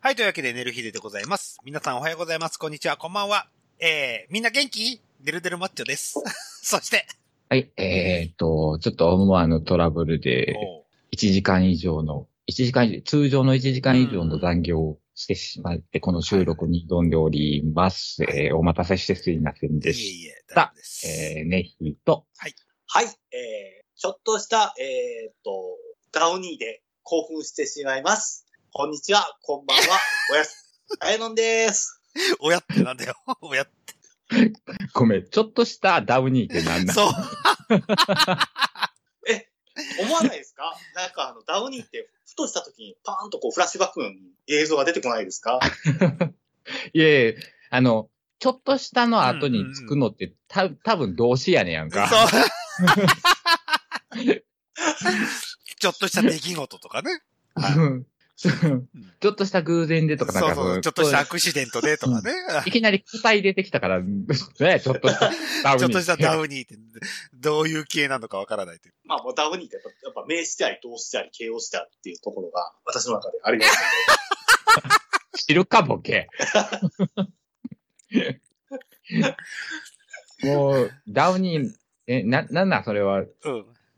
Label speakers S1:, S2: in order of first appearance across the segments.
S1: はい、というわけで、寝る日ででございます。皆さんおはようございます。こんにちは、こんばんは。えー、みんな元気デルデルマッチョです。 そして、
S2: はい、えーっと、ちょっと思わぬトラブルで、
S1: おう
S2: 1時間以上の、1時間以上、通常の1時間以上の残業をしてしまって、この収録に挑んでおります。えーお待たせしてすいません
S1: いえ
S2: でし
S1: いえ、大丈夫です。
S2: た。えー、ネヒと、
S3: はい、えー、ちょっとした、えーっと、ダウニーで興奮してしまいます。こんにちは、こ んばんは、おやす。あやのんです。
S1: おやってなんだよ。おやって。
S2: ごめん、ちょっとしたダウニーって なんだ
S1: そう。
S3: 思わないですかなんかあの、ダウニーって、ふとした時にパーンとこう、フラッシュバックの映像が出てこないですか
S2: いやいや、あの、ちょっとしたの後につくのって、た多分動詞やねやん
S1: そ
S2: か。
S1: う。 ちょっとした出来事とかね。
S2: うんそうちょっとした偶然でとか、なん
S1: そう
S2: か
S1: そう。ちょっとしたアクシデントでとかね。
S2: いきなり答え出てきたから、ね、ちょっとしたダウニー。
S1: ちょっとしたダウニーって、どういう系なのかわからないという。
S3: まあもうダウニーってやっぱ、やっぱ名詞であり、動詞であり、形容詞でありっていうところが、私の中でありますので。
S2: 知るか、ボケ。もう、ダウニー、え、な、なんなんそれは、
S1: うん。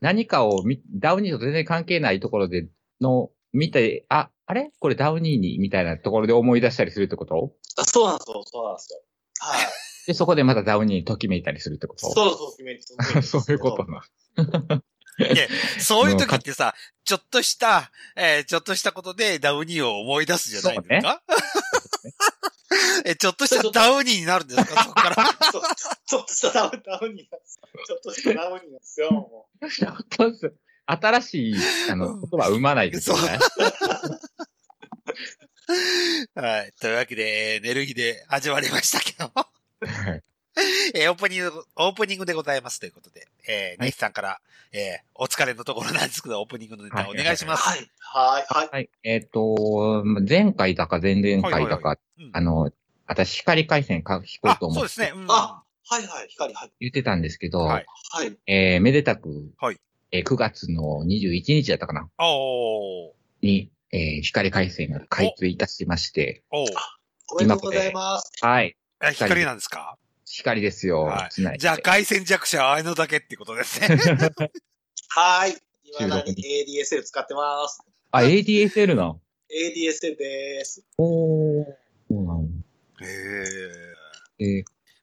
S2: 何かを見、ダウニーと全然関係ないところで、の、見て、あ、あれこれダウニーに、みたいなところで思い出したりするってこと
S3: あそうなんですよ、そうなんですよ。はい。
S2: で、そこでまたダウニーにときめいたりするってこと
S3: そうそう、決め る
S2: そういうことな。
S1: そういう時ってさ、ちょっとした、えーちょっとしたことでダウニーを思い出すじゃないですか、 え、ちょっとしたダウニーになるんですかそこ から。
S3: そうちょっとしたダウダウニーなんです。ちょっとしたダウニーなんですよ、もう。
S2: ちょっとず新しい、あの、言葉生まないですよね。
S1: はい。というわけで、えー寝る日で始まりましたけども。
S2: はい
S1: えーオープニング、オープニングでございますということで、えー
S2: はい
S1: ネヒさんから、えーお疲れのところなんですけど、オープニングのネタお
S2: はい
S1: 願いします。
S3: はい、はい、はい。
S2: はい。えっ、と、前回だか前々
S1: はい
S2: 回
S1: はい
S2: だ
S1: は
S2: か、
S1: うん
S2: あの、私、光回線か引こうと
S1: あそ
S2: 思
S1: う
S2: っ
S1: ですね
S2: て。
S1: うん
S3: あ、はい、はい、光、はい、
S2: 言ってたんですけど、
S1: はい。
S3: はい。
S2: えー、めでたく、
S1: はい
S2: えー9月の21日だったかな
S1: おー。
S2: に、えー、光回線が開通いたしまして、
S1: おー。
S3: おめでとうございます。
S2: はい。
S1: あ光なんですか
S2: 光ですよ。
S1: はい
S2: つないで
S1: じゃあ、外戦弱者はあのだけってことですね。
S3: はい。今だに ADSL 使ってます。
S2: あ、ADSL な。
S3: ADSL です。
S2: おー。そうなの。
S1: へ
S2: えー、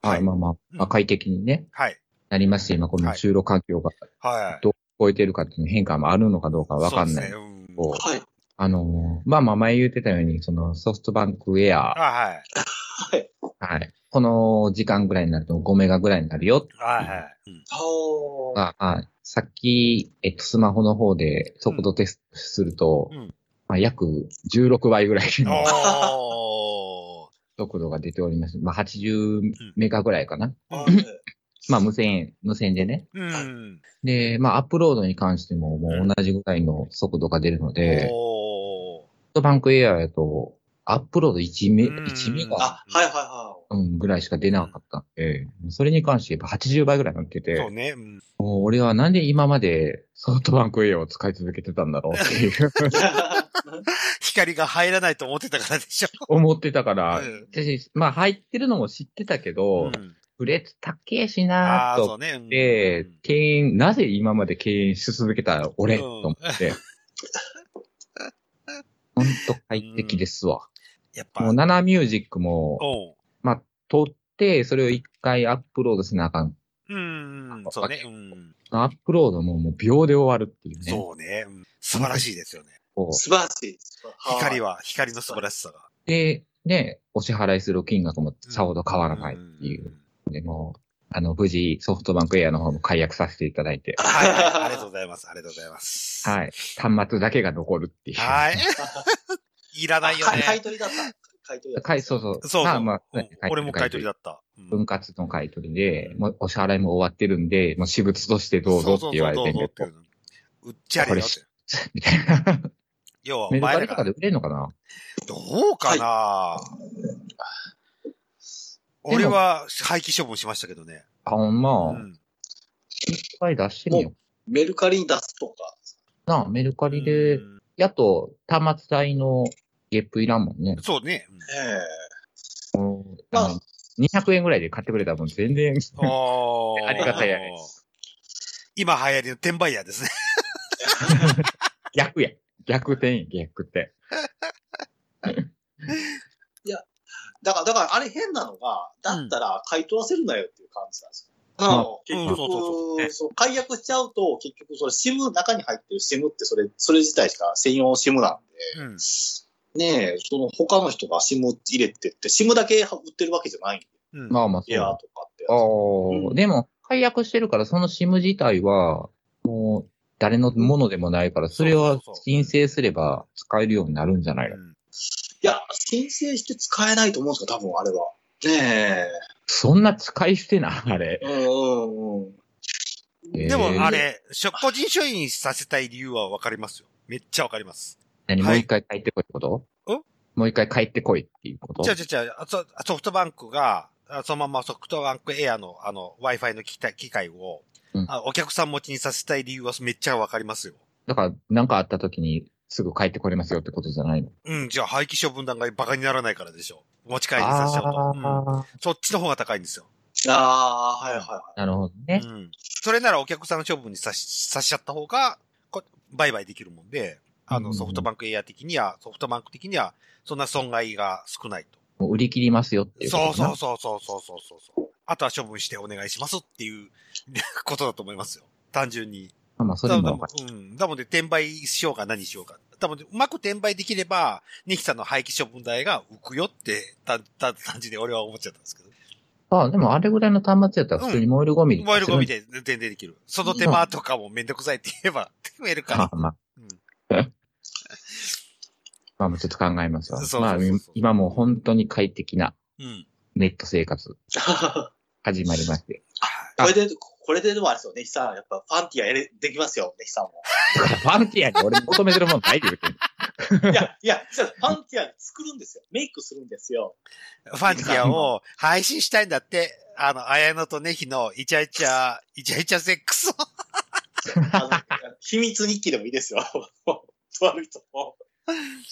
S1: は
S2: はいい、まあまあ、まあ、快適にね、
S1: はい。
S2: なりまして、今この収録環境が
S1: はい。
S2: どう超えてるかっていう変化もあるのかどうかわかんない。
S1: そうですねうん
S2: こう
S3: はい。
S2: あのーまあまあ前言ってたように、そのソフトバンクウェア、
S1: あはい。
S2: はい。この時間ぐらいになると5メガぐらいになるよ。
S1: はいはい。うん
S3: おー。
S2: ああさっき、えっと、スマホの方で速度テストすると、
S1: うん
S2: まあ、約16倍ぐらいの
S1: おー。
S2: 速度が出ております。まあ、80メガぐらいかな。
S3: はい
S2: まあ、無線、無線でね。
S1: うん。
S2: で、まあ、アップロードに関しても、もう同じぐらいの速度が出るので、ソ
S1: お
S2: フトバンクエアやと、アップロード1メ、
S1: うん
S2: 1メガ
S3: あ、はい、はい、は
S2: うん、ぐらいしか出なかったんで、それに関して言えば80倍ぐらい乗って
S1: ー。
S2: て、
S1: そうね。うん
S2: もう俺はなんで今までソフトバンク A を使い続けてたんだろうっていう
S3: い。
S1: 光が入らないと思ってたからでしょ。
S2: 思ってたから、
S1: うん
S2: 私まあ入ってるのも知ってたけど、
S1: うん
S2: フレッツ高えし
S1: あ
S2: なー
S1: あ、
S2: と
S1: そ
S2: 思
S1: う
S2: っ
S1: ね。うん
S2: て、敬遠、なぜ今まで敬遠し続けた俺、
S1: うん
S2: と思 って。ほんと快適ですわ。
S1: やっ
S2: も
S1: ぱ
S2: う、ナナミュージックも、
S1: おう。
S2: まあ、撮って、それを一回アップロードせなあかん
S1: うん。そうね。うん。
S2: アップロードももう秒で終わるっていうね。
S1: そうね。うん素晴らしいですよね。
S2: こう
S3: 素晴らしいです。
S1: 光
S3: は。
S1: は、光の素晴らしさが。
S2: で、ね、お支払いする金額もさほど変わらないっていう。
S1: ん。
S2: でも、あの、無事ソフトバンクエアの方も解約させていただ いて、
S1: はいはい。ありがとうございます。ありがとうございます。
S2: はい。端末だけが残るっていう。
S1: はい。 いらないよね。
S3: 買い取りだった。買い取りだった。
S2: かいそうそう。
S1: そうそう。
S2: まあまあ
S1: うん
S2: ね買い取り
S1: 俺も買い取りだった。うん
S2: 分割の買い取りで、もうお支払いも終わってるんで、もう私物としてどうぞって言われてん
S1: そう
S2: で
S1: そうそうどうぞっていうの売っちゃれよって。
S2: みたいな。
S1: 要はお
S2: メル
S1: 前
S2: カ
S1: ら
S2: リ
S1: が
S2: とか。で売れるのかな
S1: どうかな、俺は廃棄処分しましたけどね。
S2: あ、ほん
S1: う
S2: ま、いっ
S1: ん。
S2: ぱい出してみよう
S3: メルカリに出すとか。
S2: かな。メルカリで
S1: う、ん
S2: やっと端末代のゲップいらんもんね。
S1: そうね。
S3: えまあ
S2: あの200円ぐらいで買ってくれたらもん全然、
S1: おー
S2: ありがたいや
S1: 今流行りの転売屋ですね。
S2: 逆や。逆転や、逆転。
S3: だから、だから、あれ変なのが、だったら買い取らせるなよっていう感じなんですよ。
S2: ん
S3: あ
S1: う
S3: の
S1: ん
S3: 結局、
S1: そうそうそう
S3: そう解約しちゃうと、結局、それ、シム、中に入ってるシムって、それ、それ自体しか専用シムなん
S1: うん。
S3: で、ねえ、その、他の人がシム入れてって、シムだけ売ってるわけじゃないんで、
S1: うん。
S2: まあまあ、そ
S3: いうやー
S2: だ。
S3: とかって。
S2: ああ
S3: う
S2: ー、
S3: ん
S2: でも、解約してるから、その SIM 自体は、もう、誰のものでもないから、それ
S1: そう
S2: は
S1: そうそう
S2: 申請すれば使えるようになるんじゃないの
S1: うん
S3: いや、申請して使えないと思うんですよ、多分、あれは。ね
S2: そんな使い捨てな、あれ
S3: え。。うんうんうん。
S2: えー
S1: でも、あれ、しょ個人書院させたい理由はわかりますよ。めっちゃわかります。
S2: 何、
S1: はい
S2: もう一回帰ってこいってこと
S1: ん
S2: もう一回帰ってこいっていうこと
S1: じゃあじゃあじゃあソソフトバンクが、あそのままソフトバンクエアの、あの、Wi-Fi の機体機械を、
S2: うん
S1: あ、お客さん持ちにさせたい理由はめっちゃわかりますよ。
S2: だから、なんかあった時に、すぐ帰ってこれますよってことじゃないの
S1: うん、じゃあ廃棄処分団がバカにならないからでしょ。持ち帰りさせちゃうと。うん
S2: あ
S1: そっちの方が高いんですよ。
S3: ああ、はいはいはい。
S2: ー、なるほど
S1: う
S2: ね。
S1: ん。それならお客さんの処分にさし、さしちゃった方が、こ売買できるもんで、あ
S2: う
S1: の、
S2: ん
S1: ソフトバンクエア的には、ソフトバンク的には、そんな損害が少ないと。
S2: もう売り切りますよっていうこと
S1: そう
S2: かな
S1: そうそうそうそうそうそう。あとは処分してお願いしますっていう ことだと思いますよ。単純に。
S2: まあまあ、それも
S1: だ
S2: わか
S1: だうん。だもんで、転売しようか何しようか。だもんで、うまく転売できれば、ニキさんの廃棄処分代が浮くよって、た、た、感じで俺は思っちゃったんですけど。
S2: る。あ、でもあれぐらいの端末やったら普通に燃えるゴミ
S1: 燃えるゴミ
S2: で。
S1: で全然できる。その手間とかもめんどくさいって言えば、 増えるから
S2: ま。あまあ。
S1: うん
S2: まあまあ、ちょっと考えますわ
S1: そうそう。
S2: ま
S1: そ
S2: あ
S1: うそう、
S2: 今もう本当に快適な
S1: うん。
S2: ネット生活始まりま して。
S3: これで、これででもあれですよ、ネヒさん。やっぱ、ファンティアやれ、できますよ、ネヒさんも。
S2: ファンティアに俺求めてるもんないで言うてんの
S3: いや、いや、そうファンティア作るんですよ。メイクするんですよ。
S1: ファンティアを配信したいんだって、あの、綾野とネヒのイチャイチャ、イチャイチャセックスを。
S3: あの 秘密日記でもいいですよ。 とある人も。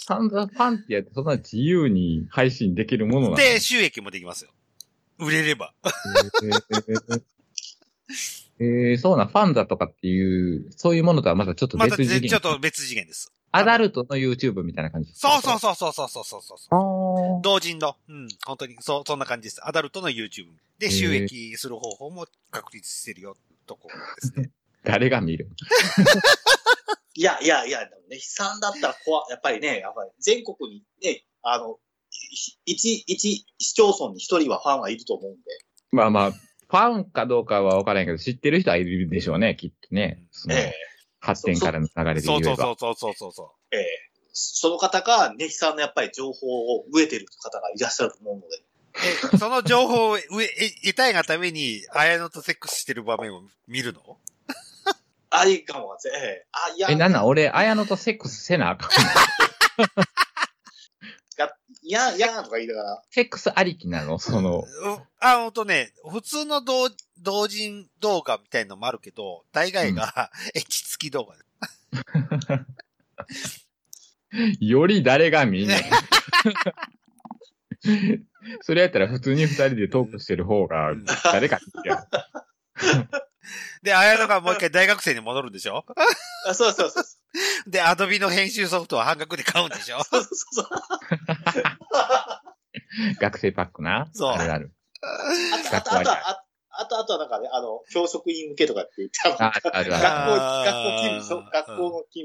S2: 散々ファンティアってそんな自由に配信できるものなの
S1: で、収益もできますよ。売れれば。
S2: えー えーそうな、ファンザとかっていう、そういうものとはまたちょっと
S1: また
S2: 別
S1: ぜ
S2: 次
S1: ちょ
S2: 元
S1: っ。と別次元です。
S2: アダルトの YouTube みたいな感じ。
S1: そうそうそうそうそうそうそうそう。
S2: う。
S1: 同人の、うん、本当に、そう、そんな感じです。アダルトの YouTube。で、収益する方法も確立してるよ、とこですね。
S2: 誰が見る
S3: いや、いや、いや、でもネヒさんだったら怖、やっぱりね、やっぱり全国にね、あの、一、一市町村に一人はファンはいると思うんで。
S2: まあまあ、ファンかどうかは分からんけど、知ってる人はいるでしょうね、きっとね。その
S3: え
S2: 発展からの流れで
S1: そ
S2: 言
S1: う
S2: えば。
S1: そうそうそうそうそうそう。
S3: えええその方が、ネヒさんのやっぱり情報を植えてる方がいらっしゃると思うので。
S1: え、その情報を得得たいがために、綾野とセックスしてる場面を見るの
S3: あ、いいかもわかんない。ええあ、いや、
S2: え、なんなん俺、綾野とセックスせなあかん。
S3: いや、いや、とか言いながら。
S2: セックスありきなのその、
S1: うあ、ほんとね、普通の同同人動画みたいのもあるけど、大概が、エッチ付き動画です。
S2: より誰が見んねん それやったら普通に二人でトークしてる方が、誰か見てやる
S1: で、綾野がもう一回大学生に戻るんでしょ
S3: あそうそうそう。
S1: で、アドビの編集ソフトは半額で買うんでしょ
S3: そうそうそう。あ
S2: 学生パックな。
S1: そう
S2: あるある。
S3: と、あと、あと、ああと、あとはなんかね、あの、教職員向けとかって言って、あの
S2: ああるある。
S1: あ
S3: 学
S1: ー
S3: 校、学校勤務、学校の勤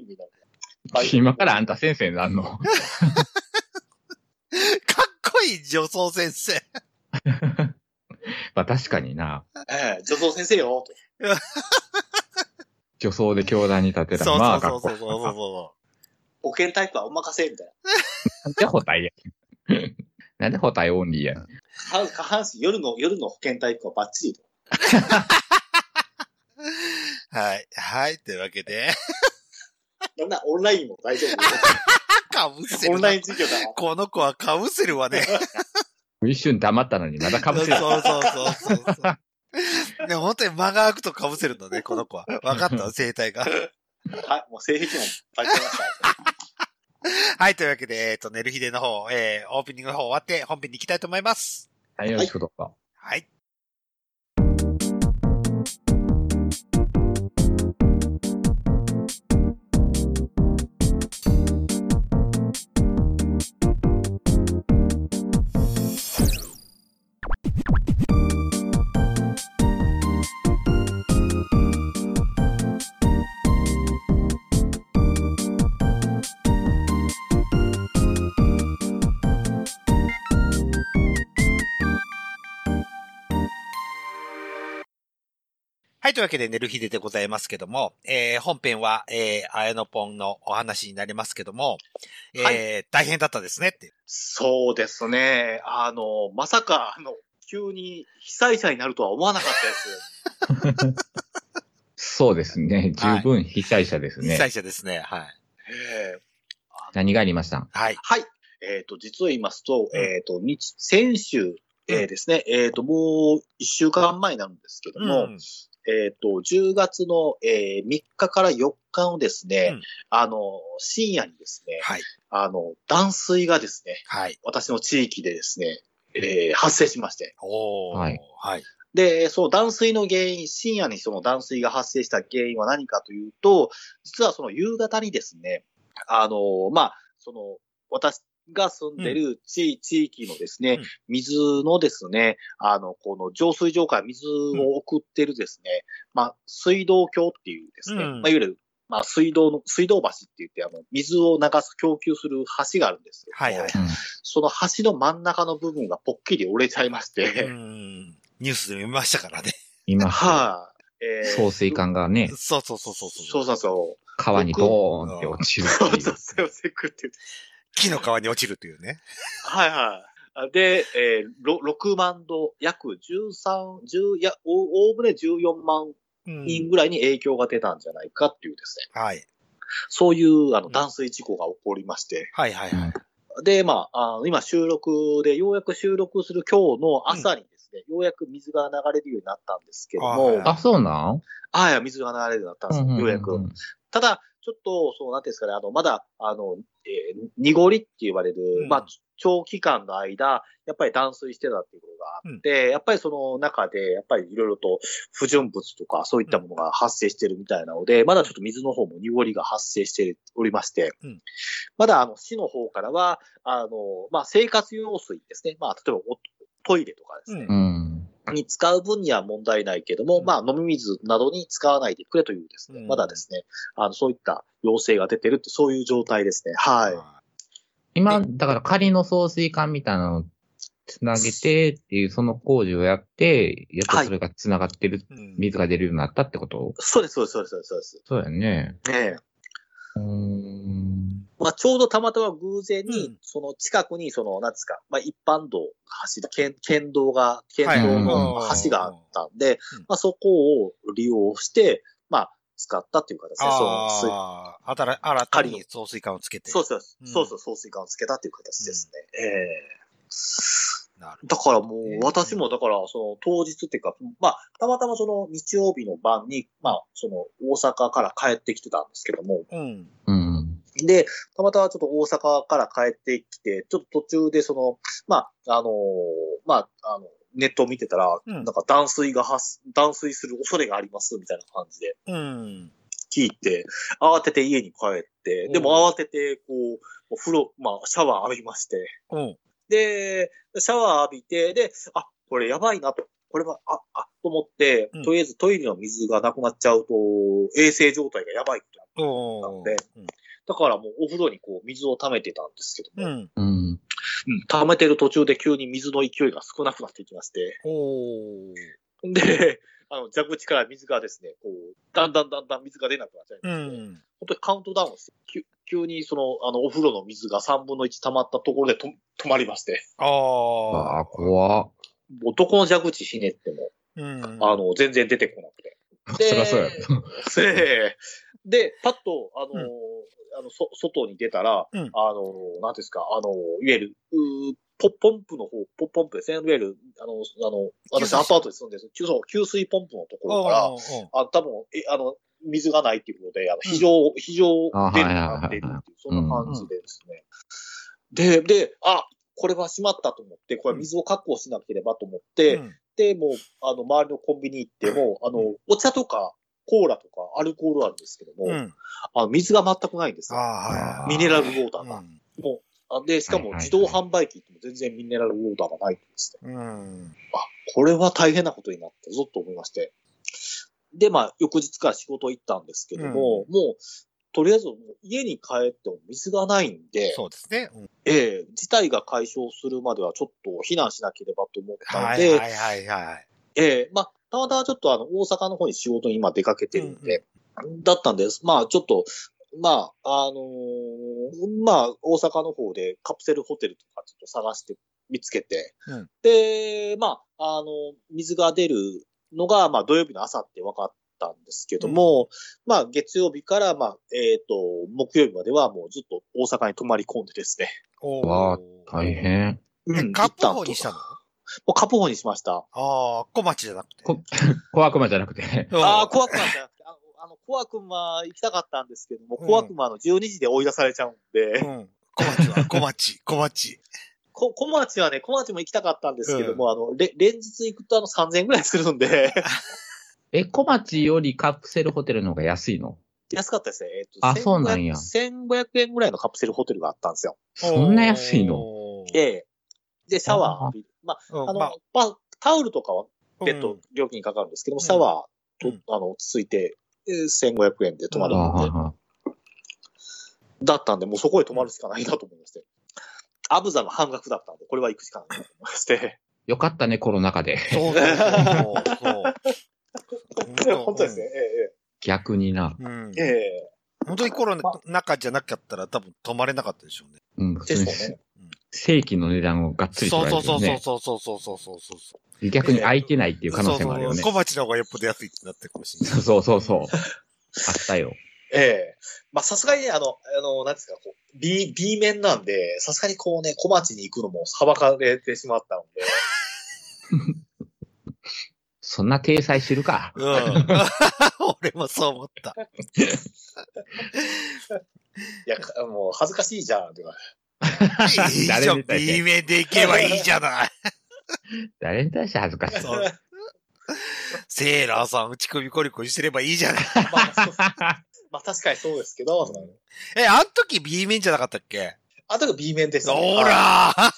S3: 務なんで。
S2: 今からあんた先生になんの
S1: か っこいい女装先生。
S2: まあ確かにな。
S3: ええ、女装先生よ、と。
S2: 女装で教団に立てた
S1: そ
S2: ら、
S1: う
S2: ま
S1: そ
S2: あ
S1: うそう
S2: 学
S1: そうそ
S2: 校
S1: うそうそ
S3: 保健体育はお任せ、みたい
S2: なんで補体や。なんで 補体オンリーや。
S3: な。下下半身、夜の、夜の保健体育はバッチリと。
S1: う。はい。はい。というわけで、
S3: なんならオンラインも大丈
S1: カウンセ
S3: 夫。
S1: ル。
S3: オンライン授業だな。
S1: この子はカウンセルはね、
S2: 一瞬黙ったのにまだ被せる。
S1: そうそうそうそうそう。ね、本当に間が空くと被せるのね、 この子は。分かった、生態が。
S3: はい、もう性癖もバッチリました。
S1: はい、というわけで、えっ、と、寝る日での方、えー、オープニングの方終わって本編に行きたいと思います。
S2: はい、よろしくどうぞ。
S1: はい。はい、というわけで、寝る日ででございますけども、えー、本編は、えー、あやのぽんのお話になりますけども、えー
S3: は
S1: 大変だったですねって。
S3: そうですね。あの、まさか、あの、急に被災者になるとは思わなかったです。
S2: そうですね。十分被災者ですね。
S1: 被災者ですね。はい。
S3: えー
S2: 何がありました
S1: はい。
S3: はい。えっ、と、実を言いますと、
S1: うん
S3: えっ、と、日、先週、えーですね、えっ、と、もう一週間前なんですけども、
S1: ん。
S3: えっ、と、10月の、え3日から4日のですね、
S1: うん
S3: あの、深夜にですね、
S1: はい。
S3: あの、断水がですね、
S1: はい。
S3: 私の地域でですね、えー発生しまして。
S1: おー。
S2: はい。
S1: はい。
S3: で、その断水の原因、深夜にその断水が発生した原因は何かというと、実はその夕方にですね、あの、まあ、その、私が住んでる地,、地域のですね
S1: うん、
S3: 水のですね、あの、この浄水場から水を送ってるですね、まあ、水道橋っていうですね、
S1: うん
S3: まあ、いわゆる、まあ、水道の、水道橋って言って、あの、水を流す、供給する橋があるんですけど
S1: はいはい
S3: その橋の真ん中の部分がぽっきり折れちゃいまして、
S1: うん。ニュースで見ました からね。
S2: 今、
S3: はい、えー
S2: 送水管がね、
S1: そうそうそうそう
S3: そうそうそう。
S2: 川にドーンって落ちる
S3: そう
S2: ってい
S3: そうう。そう。セクって言って。
S1: 木の皮に落ちるというね。
S3: はいはい。で、えー、ろ6万度、約13、10、いや、おおおむね14万
S1: う
S3: 人
S1: ん。
S3: ぐらいに影響が出たんじゃないかっていうですね。
S1: はい。
S3: そういう、あ
S1: う
S3: の、
S1: ん
S3: 断水事故が起こりまして。
S1: はいはいはい。
S3: で、まあ、あの今収録で、ようやく収録する今日の朝にですね、ようやく水が流れるようになったんですけど
S1: はい
S3: も
S1: はい、
S2: あ、そうなん
S3: ああ、水が流れるようになったんですよ、ようやく。
S2: んんん
S3: ただ、ちょっと、そう、なんていうんですかね、あの、まだ、あの、えー濁りって言われる、
S1: うん
S3: まあ、長期間の間、やっぱり断水してたっていうことがあって、やっぱりその中で、やっぱりいろいろと不純物とか、そういったものが発生してるみたいなので、まだちょっと水の方も濁りが発生しておりまして、
S1: うん
S3: まだ、あの、市の方からは、あの、まあ、生活用水ですね。まあ、例えばお、トイレとかですね。
S1: うん
S2: うん。
S3: に使う分には問題ないけども、
S1: うん
S3: まあ飲み水などに使わないでくれというですね、
S1: うん
S3: まだですね、あの、そういった要請が出てるって、そういう状態ですね。はい。
S2: 今、だから仮の送水管みたいなのをつなげてっていう、その工事をやって、やっとそれがつながってる、
S1: うん
S2: 水が出るようになったってこと
S3: そうです、そうです、そうです、そうです。
S2: そうだよね。
S3: ねえ。
S2: うーん。
S3: まあちょうどたまたま偶然
S1: う
S3: に
S1: ん、
S3: その近くに、その、なんですか、まあ一般道、走る、県、県道が、県
S1: はい
S3: 道の橋があったんで
S1: うん、
S3: まあそこを利用して、まあ使ったっていう形で、その水
S1: ああ、新新たに送水管をつけて。
S3: そうそう、
S1: うん
S3: そうそう、送水管をつけたっていう形ですね。ええ
S1: なる
S3: だからも
S1: ええ
S3: う、私もだから、その当日っていうか、まあ、たまたまその日曜日の晩に、まあ、その大阪から帰ってきてたんですけども、
S1: ほど。うん。
S2: うん。
S3: で、たまたまちょっと大阪から帰ってきて、ちょっと途中でその、まあ、あのーまあ、あの、ネットを見てたら、
S1: うん
S3: なんか断水が発、断水する恐れがありますみたいな感じで
S1: うん。
S3: 聞いて、慌てて家に帰って、でも慌てて、こう、お風呂、まあ、シャワー浴びまして、
S1: うん。
S3: で、シャワー浴びて、で、あ、これやばいなと。これは、あ、あ、と思って
S1: うん、
S3: とりあえずトイレの水がなくなっちゃうと、衛生状態がやばいことになる
S1: おー
S3: なんでだからもうお風呂にこう水を溜めてたんですけ
S1: う
S3: ども、
S1: ん。
S2: うん。
S3: うん溜めてる途中で急に水の勢いが少なくなっていきまして、
S1: おー
S3: で、あの、蛇口から水がですね、こう、だんだんだんだん水が出なくなっちゃいま
S1: う
S3: して、
S1: ん。
S3: 本当にカウントダウンして、急急にその、あの、お風呂の水が3分の1溜まったところでと止まりまして、
S1: あ
S2: あ
S1: あ
S2: あ、。怖っ。
S3: もうどこの蛇口ひねっても、
S1: うん。
S3: あの、全然出てこなくて。で
S2: そりゃ そうや。
S3: で、で、パッと、あのー、
S1: うん
S3: あの、そ、外に出たら、
S1: うん
S3: あのー、なんていうんですか、あのー、いわゆる、うーポポンプの方、ポポンプですね。いわゆる、あの、あの、
S1: 給水
S3: 私
S1: 車
S3: アパートに住んでるんです給そう給水ポンプのところから、
S1: おーおー
S3: あ、多分、え、あの、水がないっていうことで、あの非常、非常電になってるっていう、そんな感じでですね。で、で、あ、これは閉まったと思って、これは水を確保しなければと思っ
S1: う
S3: て、
S1: ん
S3: で、もう、あの、周りのコンビニ行っても、あの、お茶とか、コーラとか、アルコールあるんですけど
S1: う
S3: も、
S1: ん。
S3: あの水が全くないんです
S1: あ
S3: よ。
S1: あ、はい。
S3: ミネラルウォーター
S1: う
S3: が。
S1: ん
S3: あで、しかも
S2: はいはいはい
S3: 自動販売機っても全然ミネラルウォーターがないんですね。
S1: うん。
S3: あ、これは大変なことになったぞと思いまして。で、まあ、翌日から仕事行ったんですけども、もう、とりあえずもう家に帰っても水がないんで、
S1: そうですね。うん
S3: ええ事態が解消するまではちょっと避難しなければと思った
S1: は
S3: の
S1: い
S3: で、
S1: はいはいはい。
S3: ええまあ、たまたまちょっとあの、大阪の方に仕事に今出かけてるんで、だったんです。まあ、ちょっと、まあ、あのーまあ、大阪の方でカプセルホテルとかちょっと探して見つけて、
S1: うん
S3: で、まあ、あの、水が出るのが、まあ、土曜日の朝って分かったんですけども、まあ、月曜日から、まあ、えっ、と、木曜日まではもうずっと大阪に泊まり込んでですね。
S1: お
S2: わあ
S1: ー
S2: 大。変。
S1: え
S3: うん、
S1: カップ
S3: 一旦
S1: 法にしたの
S3: もうカプホにしました。
S1: ああ、小町じゃなくて。
S2: こ小悪魔じゃなくて。
S1: うん
S3: ああ、小悪魔じゃなくて、あの、あの小悪魔行きたかったんですけども、
S1: うん
S3: 小悪魔の12時で追い出されちゃうんで、
S1: うん。小町は、小町、小町。
S3: こ小町はね、小町も行きたかったんですけども、あの、れ連日行くとあの3000円ぐらいするんで、
S2: え、小町よりカプセルホテルの方が安いの
S3: 安かったですね。えっと、
S2: あ
S3: 1500
S2: そうなんや
S3: 1500円ぐらいのカプセルホテルがあったんですよ。
S2: そんな安いの
S1: おー、
S3: で、で、シャワー浴びる。まあ、
S1: うん
S3: あの、
S1: まあ
S3: パタオルとかは別
S1: う
S3: 途
S1: ん
S3: 料金かかるんですけども、シャワーと、
S1: うん
S3: あの、ついて、えー1500円で泊ま
S2: あ
S3: るんで、
S2: はいは
S3: だったんで、もうそこへ泊まるしかないなと思いまして。アブザの半額だったんで、これは行くしかないなと思いまして。
S2: いよかったね、コロナ禍で。
S1: そうそう そうそう。
S3: 本当ですね。。
S2: 逆にな。
S1: うん。
S3: えええええ
S1: 本当にコロナの中じゃなかったら多分止まれなかったでしょうね。
S2: うん、
S3: え
S2: 普通に
S3: ですよね。
S2: 正規の値段をがっつり取
S1: そう
S2: られる
S1: そう
S2: よ、ね。
S1: そうそうそうそうそうそうそうそう。
S2: 逆に空いてないっていう可能性もあるよね
S1: そう。そう小町の方がよっぽど安いってなってるかもしれない。
S2: そうそうそうそう。あったよ。
S3: ええまあ、さすがにね、あの、あの、なんですか、こう、B、B 面なんで、さすがにこうね、小町に行くのもはばかれてしまったので、
S2: そんな体裁知るか。
S1: うん。 俺もそう思った。
S3: いや、かもう恥ずかしいじゃん、とか。
S1: いいじゃ
S2: 誰
S1: ん。
S2: に対して
S1: B 面で行けばいいじゃ ない。
S2: 誰に対して恥ずかしい。
S1: そうセーラーさん、打ち首コリコリしてればいいじゃない。
S3: まあ、そうまあ、確かにそうですけど、とか
S1: え、あん時 B 面じゃなかったっけ
S3: あとが B 面でした、
S1: ほらー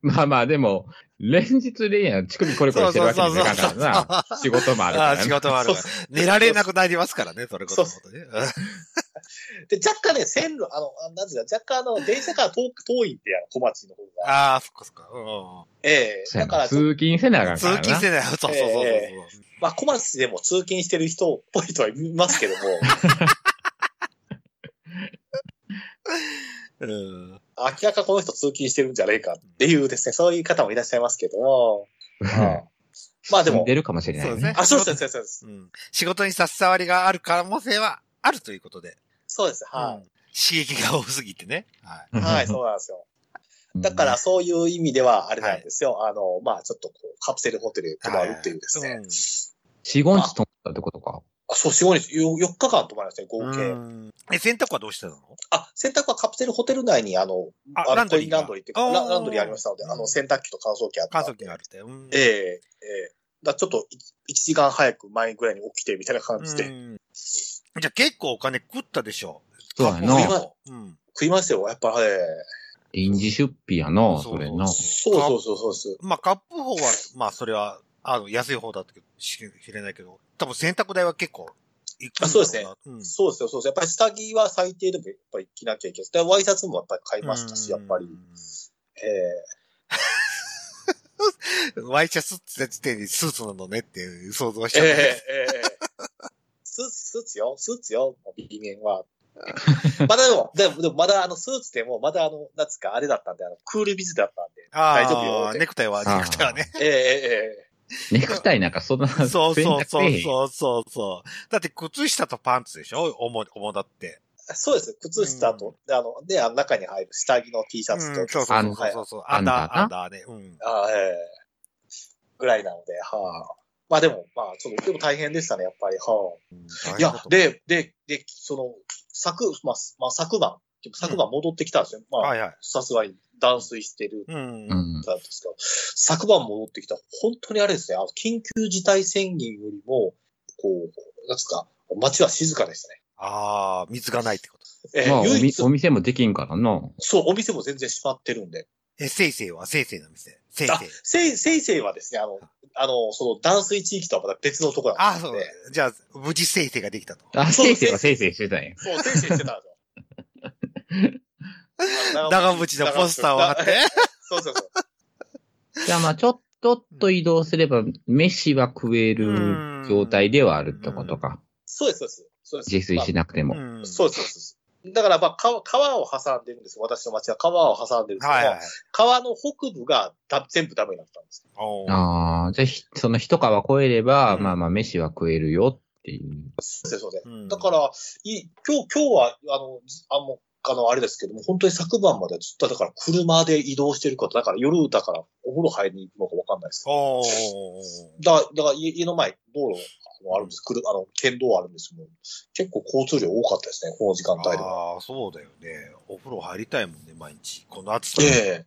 S2: まあまあ、でも、連日連夜、乳首コリコリしてるわけにはいかんからな。仕事もある
S1: あ
S2: か
S1: あ、
S2: ら
S1: 仕
S2: な。
S1: 事もあるから。寝られなくなりますからね、それこそ。
S3: そ
S1: ね
S3: で、若干ね、線路、あの、あなんですか、若干あの、電車から遠く遠いんで、あの小町の方が。
S1: ああ、そっかそっか。う
S3: ええ
S2: そうや
S3: だか
S2: な
S3: らちょっと、
S2: 通勤せな
S1: ん
S2: あ
S1: う
S2: か
S1: ん。
S2: ん
S1: 通
S2: からな。
S1: 勤してない。そうそうそうそうそう。
S3: えまあ、小町でも通勤してる人っぽい人はいます けども、
S1: うん。
S3: 明らかこの人通勤してるんじゃねえかっていうですね、そういう方もいらっしゃいますけども、まあで
S2: 住ん
S3: も
S2: で、るかもしれない
S1: そう
S2: よ
S1: ですね
S2: ね。
S3: あ、そうです、そうですそうです、
S1: うん仕事に差し障りがある可能性はあるということで。
S3: そうです、は
S1: うん刺激が多すぎてね。はい。
S3: い。はい、そうなんですよ。だから、そういう意味では、あれなんですよ。あの、まあ、ちょっとこう、カプセルホテルに泊まるっていうですね。
S1: ん
S2: 四五日泊まったってことか。
S3: あそう、すごいです。4日間泊まりましたね、合計。
S1: うんえ、洗濯はどうしてたの
S3: あ、洗濯はカプセルホテル内に、あの、
S1: あラ
S3: あの
S1: ンド
S3: コ
S1: リ
S3: イ
S1: ー
S3: ン
S1: が
S3: ランドリーっていうか、
S1: あー
S3: ラランドリーありましたので、あ
S1: うん
S3: の、洗濯機と乾燥機あった
S1: 乾燥
S3: んで。
S1: 機があるって。うん
S3: ええええだからちょっとい、1時間早く前ぐらいに起きて、みたいな感じで。
S1: うんじゃあ結構お金食ったでしょ
S2: そうや
S1: カップ
S2: な。
S1: 麺もうん。
S3: 食いましたよ、やっぱ、ええ
S2: 臨時出費やな、
S1: そう
S2: それな。
S3: そうそうそうそうです。
S1: まあ、カップ法は、まあ、それは、あの、安い方だったけど、し知れないけど、多分洗濯代は結構、いくんだろな
S3: あそうですね。
S1: ん。
S3: そうですよ、そうですよ。やっぱり下着は最低でもやっぱり着なきゃいけないです。で、ワイシャツもやっぱり買いましたし、やっぱり。え
S1: うんワイシャツって言った時点でスーツなのねっていう想像しち
S3: え
S1: ゃ
S3: え
S1: っ
S3: え
S1: た。
S3: ええスーツ、スーツよ、スーツよ、もう B 面は。まだでも、でも、でもまだあの、スーツでも、まだあの、なんつうか、あれだったんで、あの、クールビズだったんで。
S1: ああ、
S3: 大丈夫よ
S1: ネクタイは、
S2: あー
S1: ネクタイは ね。
S3: ええええ
S2: ネクタイなんかそんな、
S1: そうそう
S2: 洗濯せ
S1: そ
S2: え
S1: う
S2: へん
S1: そうそうそう。だって靴下とパンツでしょ主に、主だって。
S3: ええそうです。靴下と、であの、で、あの中に入る下着の T シャ
S1: うん、
S3: ツ
S1: そ
S3: と、
S1: うそう
S2: あ
S1: そう
S2: の
S1: そうそう。ア
S2: ア
S1: ン
S2: ンダー
S1: ダー、
S2: な
S1: アンダーね。うん。
S3: ああ、ええぐらいなので、はあ。まあでも、まあ、ちょっと、でも大変でしたね、やっぱり。はあ、いや、で、で、で、その、昨、まあ、まあ、昨晩、昨晩戻ってきたんですよ。ま
S1: は
S3: あ、
S1: いはい。
S3: さすがに断水してる
S1: うん。
S2: うん。
S3: なんですけど、昨晩戻ってきた、本当にあれですね、あの緊急事態宣言よりも、こう、なんつうか、街は静かでしたね。
S1: ああ、水がないってこと。
S3: えー
S2: まあお
S3: 唯
S2: み
S3: 一、
S2: お店もできんからな。
S3: そう、お店も全然閉まってるんで。
S1: え、せいせいは、せいせいの店。せいせい
S3: あ。、せい、せいせいはですね、あの、あの、その断水地域とはまた別のところ
S1: あ
S3: な
S1: あ、
S3: んです
S1: そ
S3: ね。
S1: う。じゃあ、無事せいせいができたと。。
S2: あ、
S3: そう
S2: せいせいはせいせいしてたんや。
S3: そう、せいせいしてたんです よ
S1: 長渕のポスターを貼って。
S3: そうそうそう。
S2: じゃあまあ、ちょっとっと移動すれば、飯は食える状態ではあるってことか。
S3: そうです、そうです。そうです
S2: 自炊しなくても。
S1: うん
S3: そうです、そうです。だから、まあ、川川を挟んでるんですよ。私の町は川を挟んでるんですけど、
S1: はいはい。
S3: 川の北部がだ全部ダメになったんですよ。
S1: おー
S2: ああ、じゃあひ、その一皮越えれば、
S1: うん
S2: まあまあ、飯は食えるよっていう。
S3: そうです、そうです。
S1: うん
S3: だから、い今日、今日は、あの、ずあの、あの、あれですけども、本当に昨晩までずっと、だから車で移動してること、だから夜だからお風呂入りに行くのかわかんないですけど
S1: おー
S3: だだから家家の前、道路あのあるんです、くるあの、県道あるんですけど、結構交通量多かったですね、この時間帯では。
S1: ああ、そうだよね。お風呂入りたいもんね、毎日。この暑さ。
S3: え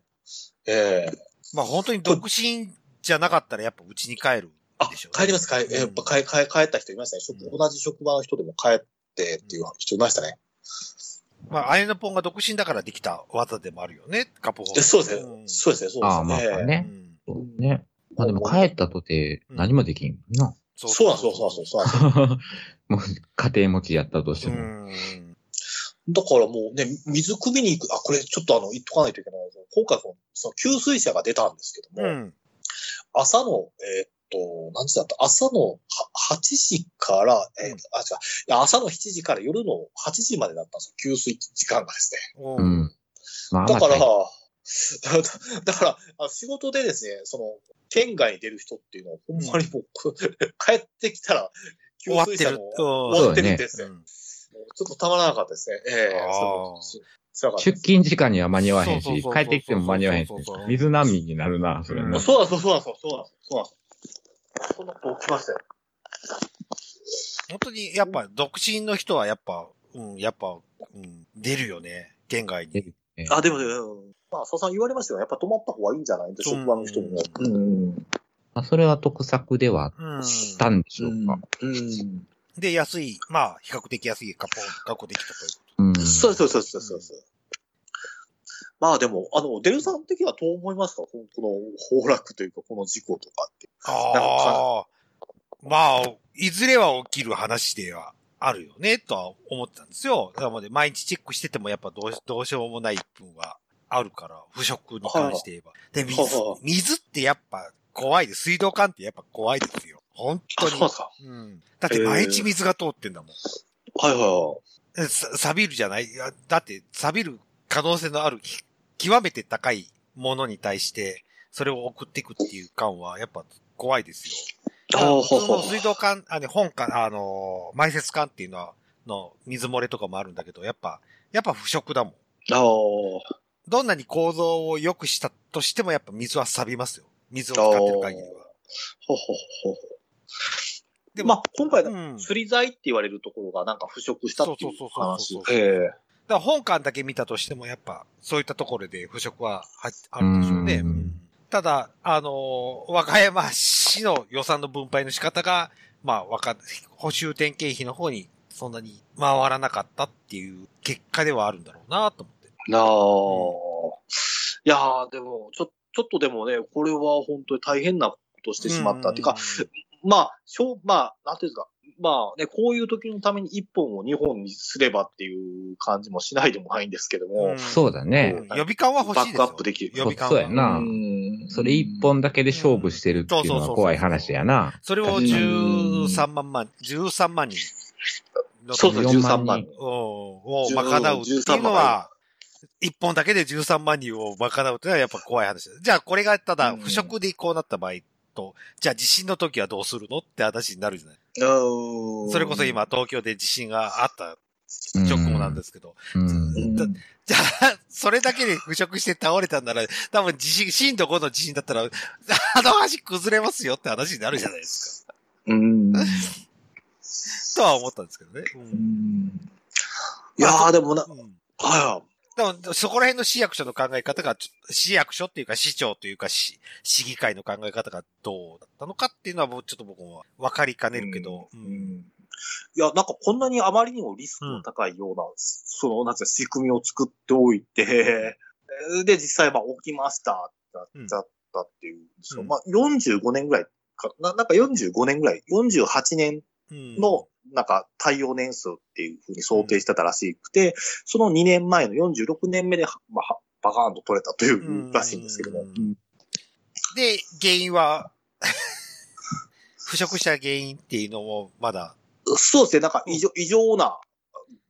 S3: えええ
S1: まあ本当に独身じゃなかったらやっぱ家に帰る
S3: あ、
S1: でしょうね
S3: 帰ります、帰、えやっぱ帰、帰、帰った人いましたね。職
S1: うん
S3: 同じ職場の人でも帰ってっていう人いましたね。
S1: まあ、アイナポンが独身だからできた技でもあるよね、カポホ
S3: でそうですね、
S1: うん
S3: そうですね、そうですね。
S2: ああ、まあまあ
S3: ええ
S2: ね。そうね。まあでも、帰ったとて、
S1: うん
S2: 何もできんな。
S3: そうなんですよ、そうなんですよ、そうなんですよ。
S2: もう、家庭持ちやったとして
S1: う
S2: も。
S1: ん。
S3: だからもうね、水汲みに行く、あ、これちょっとあの、言っとかないといけないんですけど今回その、その給水車が出たんですけど
S1: う
S3: も、
S1: ん。
S3: 朝の、えーっと、何時だった朝のは8時から、え
S1: う
S3: ー
S1: ん
S3: あ、違ういや、朝の7時から夜の8時までだったんですよ、給水時間がですね。
S1: お
S2: う
S1: ー
S2: ん。まあま
S3: だ
S2: あ
S3: か
S2: 大
S3: ら、だ
S2: 変、
S3: だからあの、仕事でですね、その、県外に出る人っていうのは、ほんまにもう、 帰ってきたら、給
S1: 終わっ
S3: 水
S1: て
S3: 車
S1: る。
S3: の
S1: うん
S3: 終わってるんです
S1: う
S3: ね。
S1: ん
S3: もうちょっとたまらなかったですね。ええ
S1: あー
S3: そう辛かった
S2: 出
S3: です。
S2: 勤時間には間に合わへん
S1: そうそう
S2: し
S1: そ、う
S2: 帰ってきても間に合わへんし
S1: そうそうそう、
S2: 水難民になるな、それ
S1: うん
S2: も。
S3: そうだそうそうだそうそうだそうだそうだ。そんなこと起きましたよ。
S1: 本当に、やっぱ、独身の人はやっぱ、うん、やっぱ、うん、出るよね、県外
S2: 出
S1: に。
S2: るね
S3: あ、でもね、うんまあ、佐さん言われましたよ。やっぱ止まった方がいいんじゃないって、
S1: うん
S3: 職場の人にも。うん。
S2: まあそれは得策では
S1: うん。
S2: したんでしょうか。
S3: うん。
S1: で、安い、まあ、比較的安い学校、学校できたというこ
S2: うん。
S3: そうそうそうそうそうそう。まあでも、あの、デルさん的にはどう思いますかこのこの崩落というか、この事故とかって。
S1: と。ああ。まあ、いずれは起きる話ではあるよね、とは思ってたんですよ。なので、毎日チェックしててもやっぱどうしどうしようもない分はあるから、腐食に関して言えば。で、水
S3: はあはあ、
S1: 水ってやっぱ怖いです。水道管ってやっぱ怖いですよ。本
S3: あ、
S1: 当
S3: そう
S1: に
S3: なん。ですか。
S1: うん。だって毎日水が通ってんだもん。
S3: はいはい
S1: え
S3: はい。
S1: さ錆びるじゃないいやだって、錆びる可能性のある、ひ極めて高いものに対して、それを送っていくっていう感は、やっぱ怖いですよ。
S3: ああ、は
S1: 普通の
S3: は
S1: 水道管、あの、本管、あのー、埋設管っていうのは、の水漏れとかもあるんだけど、やっぱ、やっぱ腐食だもん。
S3: あ
S1: どんなに構造を良くしたとしても、やっぱ水は錆びますよ。水を使ってる限りは。
S3: あ、ははは
S1: で
S3: で、
S1: も
S3: まあ、今回
S1: う
S3: の
S1: ん。
S3: 釣り剤って言われるところがなんか腐食したっていう
S1: そうそうそう
S3: 話
S1: そう。
S3: ええ
S1: だから本館だけ見たとしても、やっぱ、そういったところで腐食は入っあるでしょうね。
S2: うん
S1: うんただ、あのー和歌山市の予算の分配の仕方が、まあ、わかん、補修点検費の方に、そんなに回らなかったっていう結果ではあるんだろうなと思って。
S3: なあ、いやー、でも、ちょ、ちょっとでもね、これは本当に大変なことしてしまった。っていうか、まあ、しょう、まあ、なんていうんですか、まあね、こういう時のために1本を2本にすればっていう感じもしないでもないんですけども、
S2: そうだ
S1: う
S2: ね。
S1: ん予備感は欲しいですよ。
S3: バックアップできる
S1: 予備感は。
S2: そうやな
S3: うん
S2: それ一本だけで勝負してるっていうのは怖い話やな。
S1: それを13万万、13万人の。
S3: そうそう、
S2: 14万
S3: 13
S2: 人
S3: 万人。
S1: うんを賄うっていうのは、一本だけで13万人を賄うっていうのはやっぱ怖い話です。じゃあこれがただ
S3: うん
S1: 腐食でこうなった場合と、じゃあ地震の時はどうするのって話になるじゃない。
S3: そ
S1: それこそ今東京で地震があった直後なんですけど、
S2: うん。
S1: だじゃあ、それだけで腐食して倒れたんなら、多分地震、震度5の地震だったら、あの橋崩れますよって話になるじゃないですか。
S3: うん
S1: とは思ったんですけどね。う
S3: うんんいやーでもな、
S1: うん
S3: は
S1: でも、そこら辺の市役所の考え方がちょっと、市役所っていうか市長というか市、市議会の考え方がどうだったのかっていうのはもうちょっと僕も分かりか
S3: い。
S1: ねるけど、
S3: うんいや、なんかこんなにあまりにもリスクの高いような、その、なんていうの仕組みを作っておいて、 で、実際、まあ、起きましたってなっちゃったっていうんですよ。
S1: うん
S3: まあ、45年ぐらいかな、なんか45年ぐらい、48年
S1: うん
S3: の、なんか、対応年数っていうふうに想定してたらしくて、その2年前の46年目で、まあ、バカーンと取れたというらしいんですけども。
S1: うんで、原因は、腐食した原因っていうのもまだ、
S3: そうですね、なんか異常,、異常な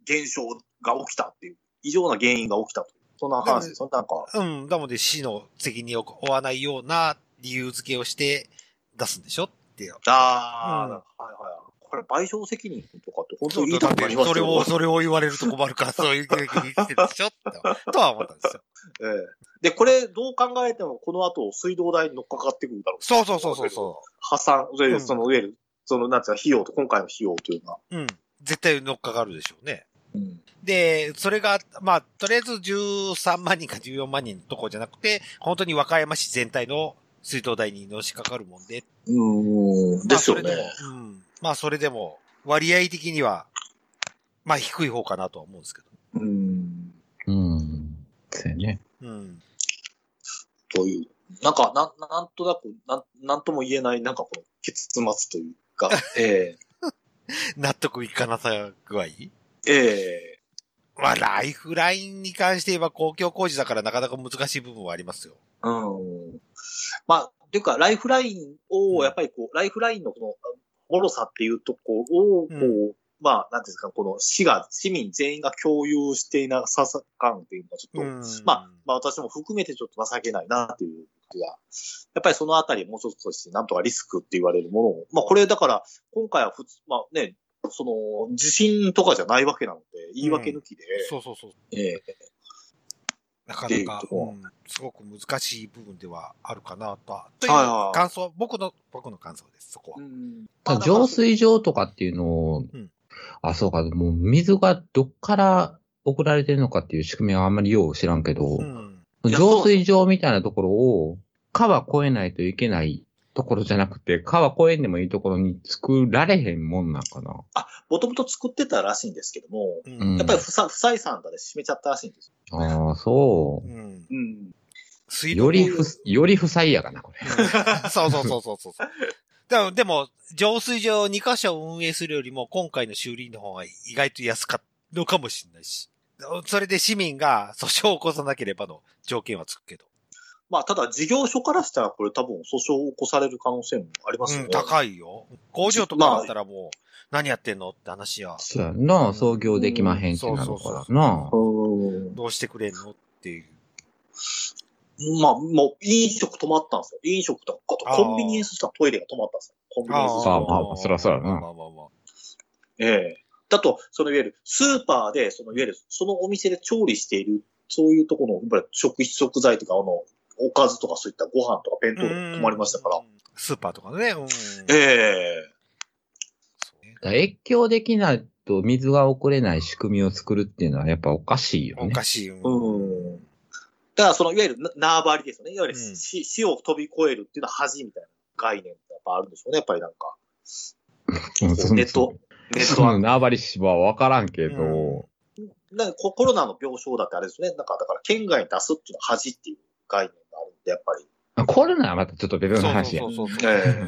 S3: 現象が起きたっていう、異常な原因が起きたという、そんな話です。そんななんか、
S1: うん、なので市の責任を負わないような理由付けをして出すんでしょっていう。
S3: ああ、
S1: うん
S3: はいはい。これ賠償責任とかって本当
S1: そ
S3: にいいうと
S1: だ
S3: こ
S1: っ
S3: あ
S1: て
S3: ります
S1: それ
S3: よ
S1: を、それを言われると困るから、そういう責任してるでしょってとは思ったんですよ。
S3: ええで、これどう考えてもこの後水道代に乗っかかってくるだろう。
S1: そうそうそうそうそ
S3: 破産、それ
S1: う
S3: で
S1: ん
S3: その上で、その、なんていうか、費用と、今回の費用というのは。
S1: う。うん。絶対乗っかかるでしょうね。
S3: うん。
S1: で、それが、まあ、とりあえず13万人か14万人のとこじゃなくて、本当に和歌山市全体の水道代にのしかかるもんで。
S3: うん、
S1: ま
S3: で
S1: あ、
S3: す
S1: そ
S3: よ
S1: れ
S3: ね
S1: で。も、うん。まあ、それでも、割合的には、まあ、低い方かなとは思うんですけ
S3: うん。
S2: うん。そうやね。
S1: ど。うん。
S3: という。なんか、なん、なんとなく、なん、なんとも言えない、なんかこの、結末という か、え
S1: 納得いかなさ具合
S3: えええ
S1: まあ、ライフラインに関して言えば公共工事だからなかなか難しい部分はありますよ。
S3: うん。まあ、というか、ライフラインを、やっぱりこう、ライフラインのこの、脆さっていうところを、こう、
S1: う
S3: まあ、なんていうんですか、この、市が、市民全員が共有していなささ感っていうのは、ちょっと、まあ、まあ私も含めてちょっと情けないなっていう気が。やっぱりそのあたりもう一つとして、なんとかリスクって言われるものを、まあこれだから、今回は普通、まあね、その、地震とかじゃないわけなので、言い訳抜きで、
S1: そうそうそう。
S3: ええ
S1: なか
S3: ってい
S1: なか
S3: うと、こ
S1: うんすごく難しい部分ではあるかなとは。という
S3: はいはい
S1: 感想は、僕の、僕の感想です、そこは。
S2: ただ浄水場とかっていうのを、
S1: うん
S2: あ、そうか、もう水がどっから送られてるのかっていう仕組みはあんまりよう知らんけど、
S1: うん。
S3: いや
S2: 浄水場みたいなところを、川越えないといけないところじゃなくて、川越えんでもいいところに作られへんもんなんかな。
S3: もともと作ってたらしいんですけども、
S1: う
S2: うん
S1: ん
S3: やっぱり不採不採算だで閉めちゃったらしいんです
S2: ああ、そ
S1: うん。
S3: よ。うん。
S2: う。
S1: 水道
S2: よりふ、より不採やかな、これ。
S1: そうそうそうそうそうそう。でも、でも、浄水場2カ所運営するよりも、今回の修理の方が意外と安かったのかもしれないし。それで市民が訴訟を起こさなければの条件はつくけど。
S3: まあただ事業所からしたらこれ多分訴訟を起こされる可能性もありますよ
S1: う
S3: ね
S1: ん、。高いよ。工場とかだったらもう、何やってんのって話や。
S2: そうやんな、創業できまへんってなるからな。
S3: うん。
S1: どうしてくれんのっていう。
S3: まあ、もう飲食止まったんですよ。飲食とか、
S1: あ
S3: あ
S1: ー
S3: とコンビニエンスストア、トイレが止まったんですよ。コンビニエンススト
S2: あ
S3: ア
S2: ー。まあまあそらそらな
S1: まあまあまあまあ。
S3: ええだと、そのいわゆる、スーパーで、そのいわゆる、そのお店で調理している、そういうところの、やっぱり食食材とか、あの、おかずとかそういったご飯とか弁当とか止まりましたから
S1: うん。。スーパーとかね。うん。
S3: ええ
S1: そうね
S2: だから越境できないと水が送れない仕組みを作るっていうのはやっぱおかしいよ
S1: お
S2: ね。
S1: かしい。う
S3: うん。だから、その、いわゆるな、縄張りですよね。いわゆる
S1: うん
S3: 死、死を飛び越えるっていうのは恥みたいな概念ってやっぱあるんでしょうね。やっぱりなんか。
S2: うん
S3: こうネット、ネットワーク
S2: その縄張り芝はわからんけど、
S1: うん
S3: なんかココロナの病床だってあれですね。なんかだから県外に出すっていうのは恥っていう概念があるんで、やっぱり。
S2: あコロナはまたちょっと別の
S1: そう
S2: 話や。
S1: そうそうそう。
S3: え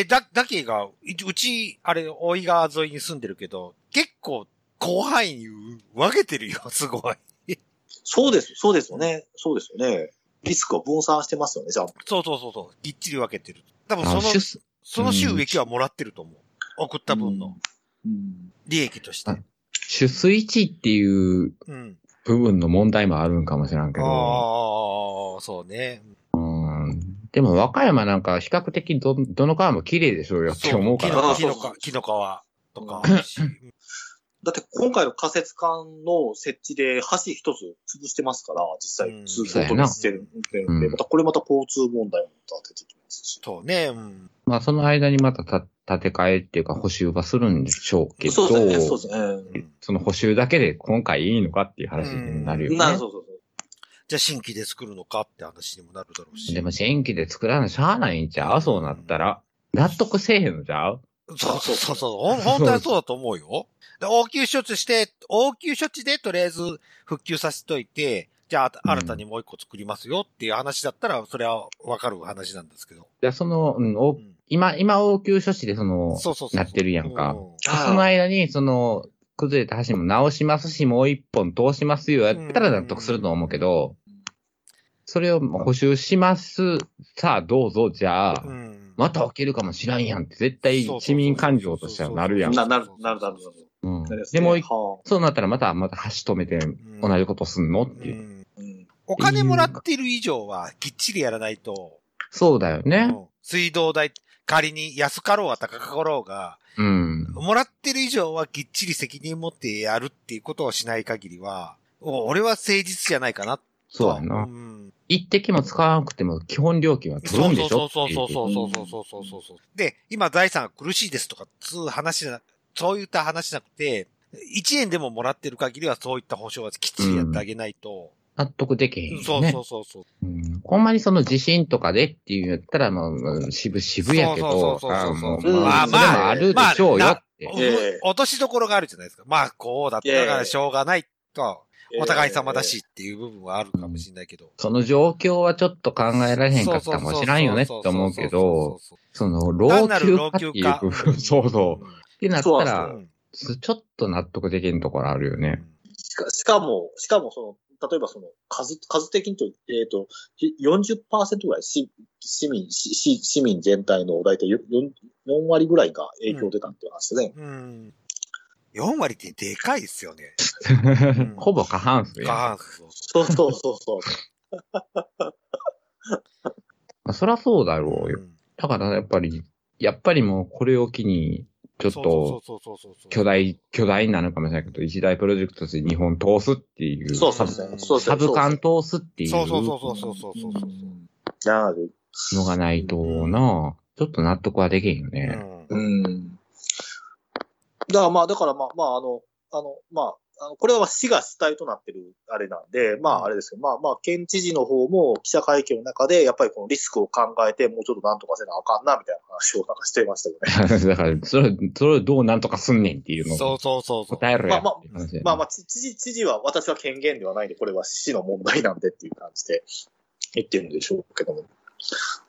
S1: えーだ、だけが、いちうち、あれ、大井川沿いに住んでるけど、結構、広範囲に分けてるよ、すごい。
S3: そうです、そうですよね。そうですよね。リスクを分散してますよね、じゃあ。
S1: そうそうそうそう。ぎっちり分けてる。多分
S2: あ
S1: その
S2: の、出
S1: その収益はもらってると思う。送った分の
S3: うん。
S1: 利益として
S2: あ。取水地っていう
S1: うん。
S2: 部分の問題もあるんかもしれんけ
S1: ああ
S2: ど、、
S1: そうね。
S2: でも和歌山なんか比較的ど、どの川も綺麗でしょうよって思うか
S1: 木の
S2: ら。
S1: 木のか木の川とかあるし。
S3: だって今回の仮設館の設置で橋一つ潰してますから、実
S1: うん
S3: 際通行止めしてるんで、
S2: うん
S3: またこれまた交通問題もまた出てきますし。
S1: そうね。うん。
S2: まあ、その間にまたた建て替えっていうか補修はするんでしょうけど、
S3: そうですね、そうですね。
S1: うん
S2: その補修だけで今回いいのかっていう話になるよ
S3: うん
S2: ね。
S3: な、そうそうそう。
S1: じゃあ新規で作るのかって話にもなるだろうし。
S2: でも新規で作らなしゃあないんちゃうそうなったら。納得せえへんのちゃう
S1: そうそうそうそう。ほん本当にそうだと思うよ。で、応急処置して、応急処置でとりあえず復旧させといて、じゃああ新たにもう一個作りますよっていう話だったら、それはわかる話なんですけど。
S2: じゃあその、うん、
S1: う
S2: お
S1: ん
S2: 今、今応急処置でその、
S1: そうそうそう。
S2: なってるやんか
S1: う
S3: あー
S2: その間にその、崩れた橋も直しますし、もう一本通しますよ、やったら納得すると思うけど、それを補修します、さあどうぞ、じゃあ
S1: う、ん。
S2: また起きるかもしらんやんって、絶
S1: そ
S2: 対
S1: うそうそう
S2: 市民感情としてはなるやん。
S3: な、なる、なる、なる、なる。
S2: うん
S3: なります
S2: で
S3: ね
S2: もう一、
S3: は
S2: そうなったらまた、また橋止めて、同じことすんのっ
S1: う
S2: ていう。
S1: ん
S3: あうん
S1: お金もらってる以上は、きっちりやらないと、
S2: そうだよね
S1: う。ん水道代、仮に安かろうが高かろうが、
S2: うん。
S1: もらってる以上はきっちり責任持ってやるっていうことをしない限りは、お俺は誠実じゃないかなと
S2: そう
S1: は。
S2: やな。
S1: ん
S2: 一滴も使わなくても基本料金は取る
S1: そ
S2: ん
S1: う
S2: でし
S1: そ
S2: ょ
S1: うそうそう
S2: う。
S1: そうそうそうそうそうそうそう。で、今財産が苦しいですとか、そういう話じゃな、そういった話じゃなくて、1円でももらってる限りはそういった保証はきっちりやってあげないと。
S2: 納得できへんよね。
S1: そうそうそうそう。
S2: うんほんまにその地震とかでっていうんやったら、まあまあ、渋、渋やけ
S1: そ
S2: ど
S1: う、そうそうそうそう
S2: あのまあ、
S3: うん
S2: それもあるでしょうよって。
S1: お
S3: ええ
S1: 落としどころがあるじゃないですか。まあ、こうだったからしょうがないとは、お互い様だ。しっていう部分はあるかもしれないけど。
S2: その状況はちょっと考えられへんかったかもしらんよねって思うけど、、その、老
S1: 単なる老
S2: 朽化っ
S1: 朽
S2: ていう
S1: 化
S2: 部。分、 そうそう。ってなった
S1: う
S2: ら、
S1: ん。
S2: ちょっと納得できんところあるよね。
S3: しかしかも、しかもその、例えばその、数、数的にと、えっ、と、ひ40%ぐらい市、市民、市、市市民全体の大体よよん4割ぐらいが影響出たっていう話ですね。
S1: うん。4割ってでかいですよね。ん
S2: ほぼ過半数やん。
S1: ガーンそう
S3: そうそうそうそう。
S2: まあ、そりゃそうだ
S1: そう
S2: ろうよ。
S1: ん
S2: だからやっぱり、やっぱりもうこれを機に、ちょっと
S1: そうそうそうそうそう
S2: 巨大、巨大になるかもしれないけど、一大プロジェクトとして日本通すっていう、
S3: そう
S1: そ
S3: そうう
S1: そう
S3: そう。
S2: サブカン通すっていう
S1: そうそうそうそうそうそうそう。
S3: なる。
S2: のがないとな、ちょっと納得はできへんよ
S1: う
S2: ね。
S1: ん
S3: うん。だからまあ、だからまあ、まあ、あの、あの、まあ、あのこれは市が主体となってるあれなんで、まあ、あれですけど、まあ、まあ、県知事の方も記者会見の中で、やっぱりこのリスクを考えて、もうちょっとなんとかせなあかんな、みたいな話をなんかしてましたよ ね。
S2: だから、それ、それをどうなんとかすんねんっていうの
S1: そ
S2: を
S1: うそうそうそう。
S2: 答えろや
S3: まあまあ
S2: っていう話だよね
S3: まあまあ、知知事、知事は私は権限ではないんで、これは市の問題なんでっていう感じで言ってるんでしょうけども。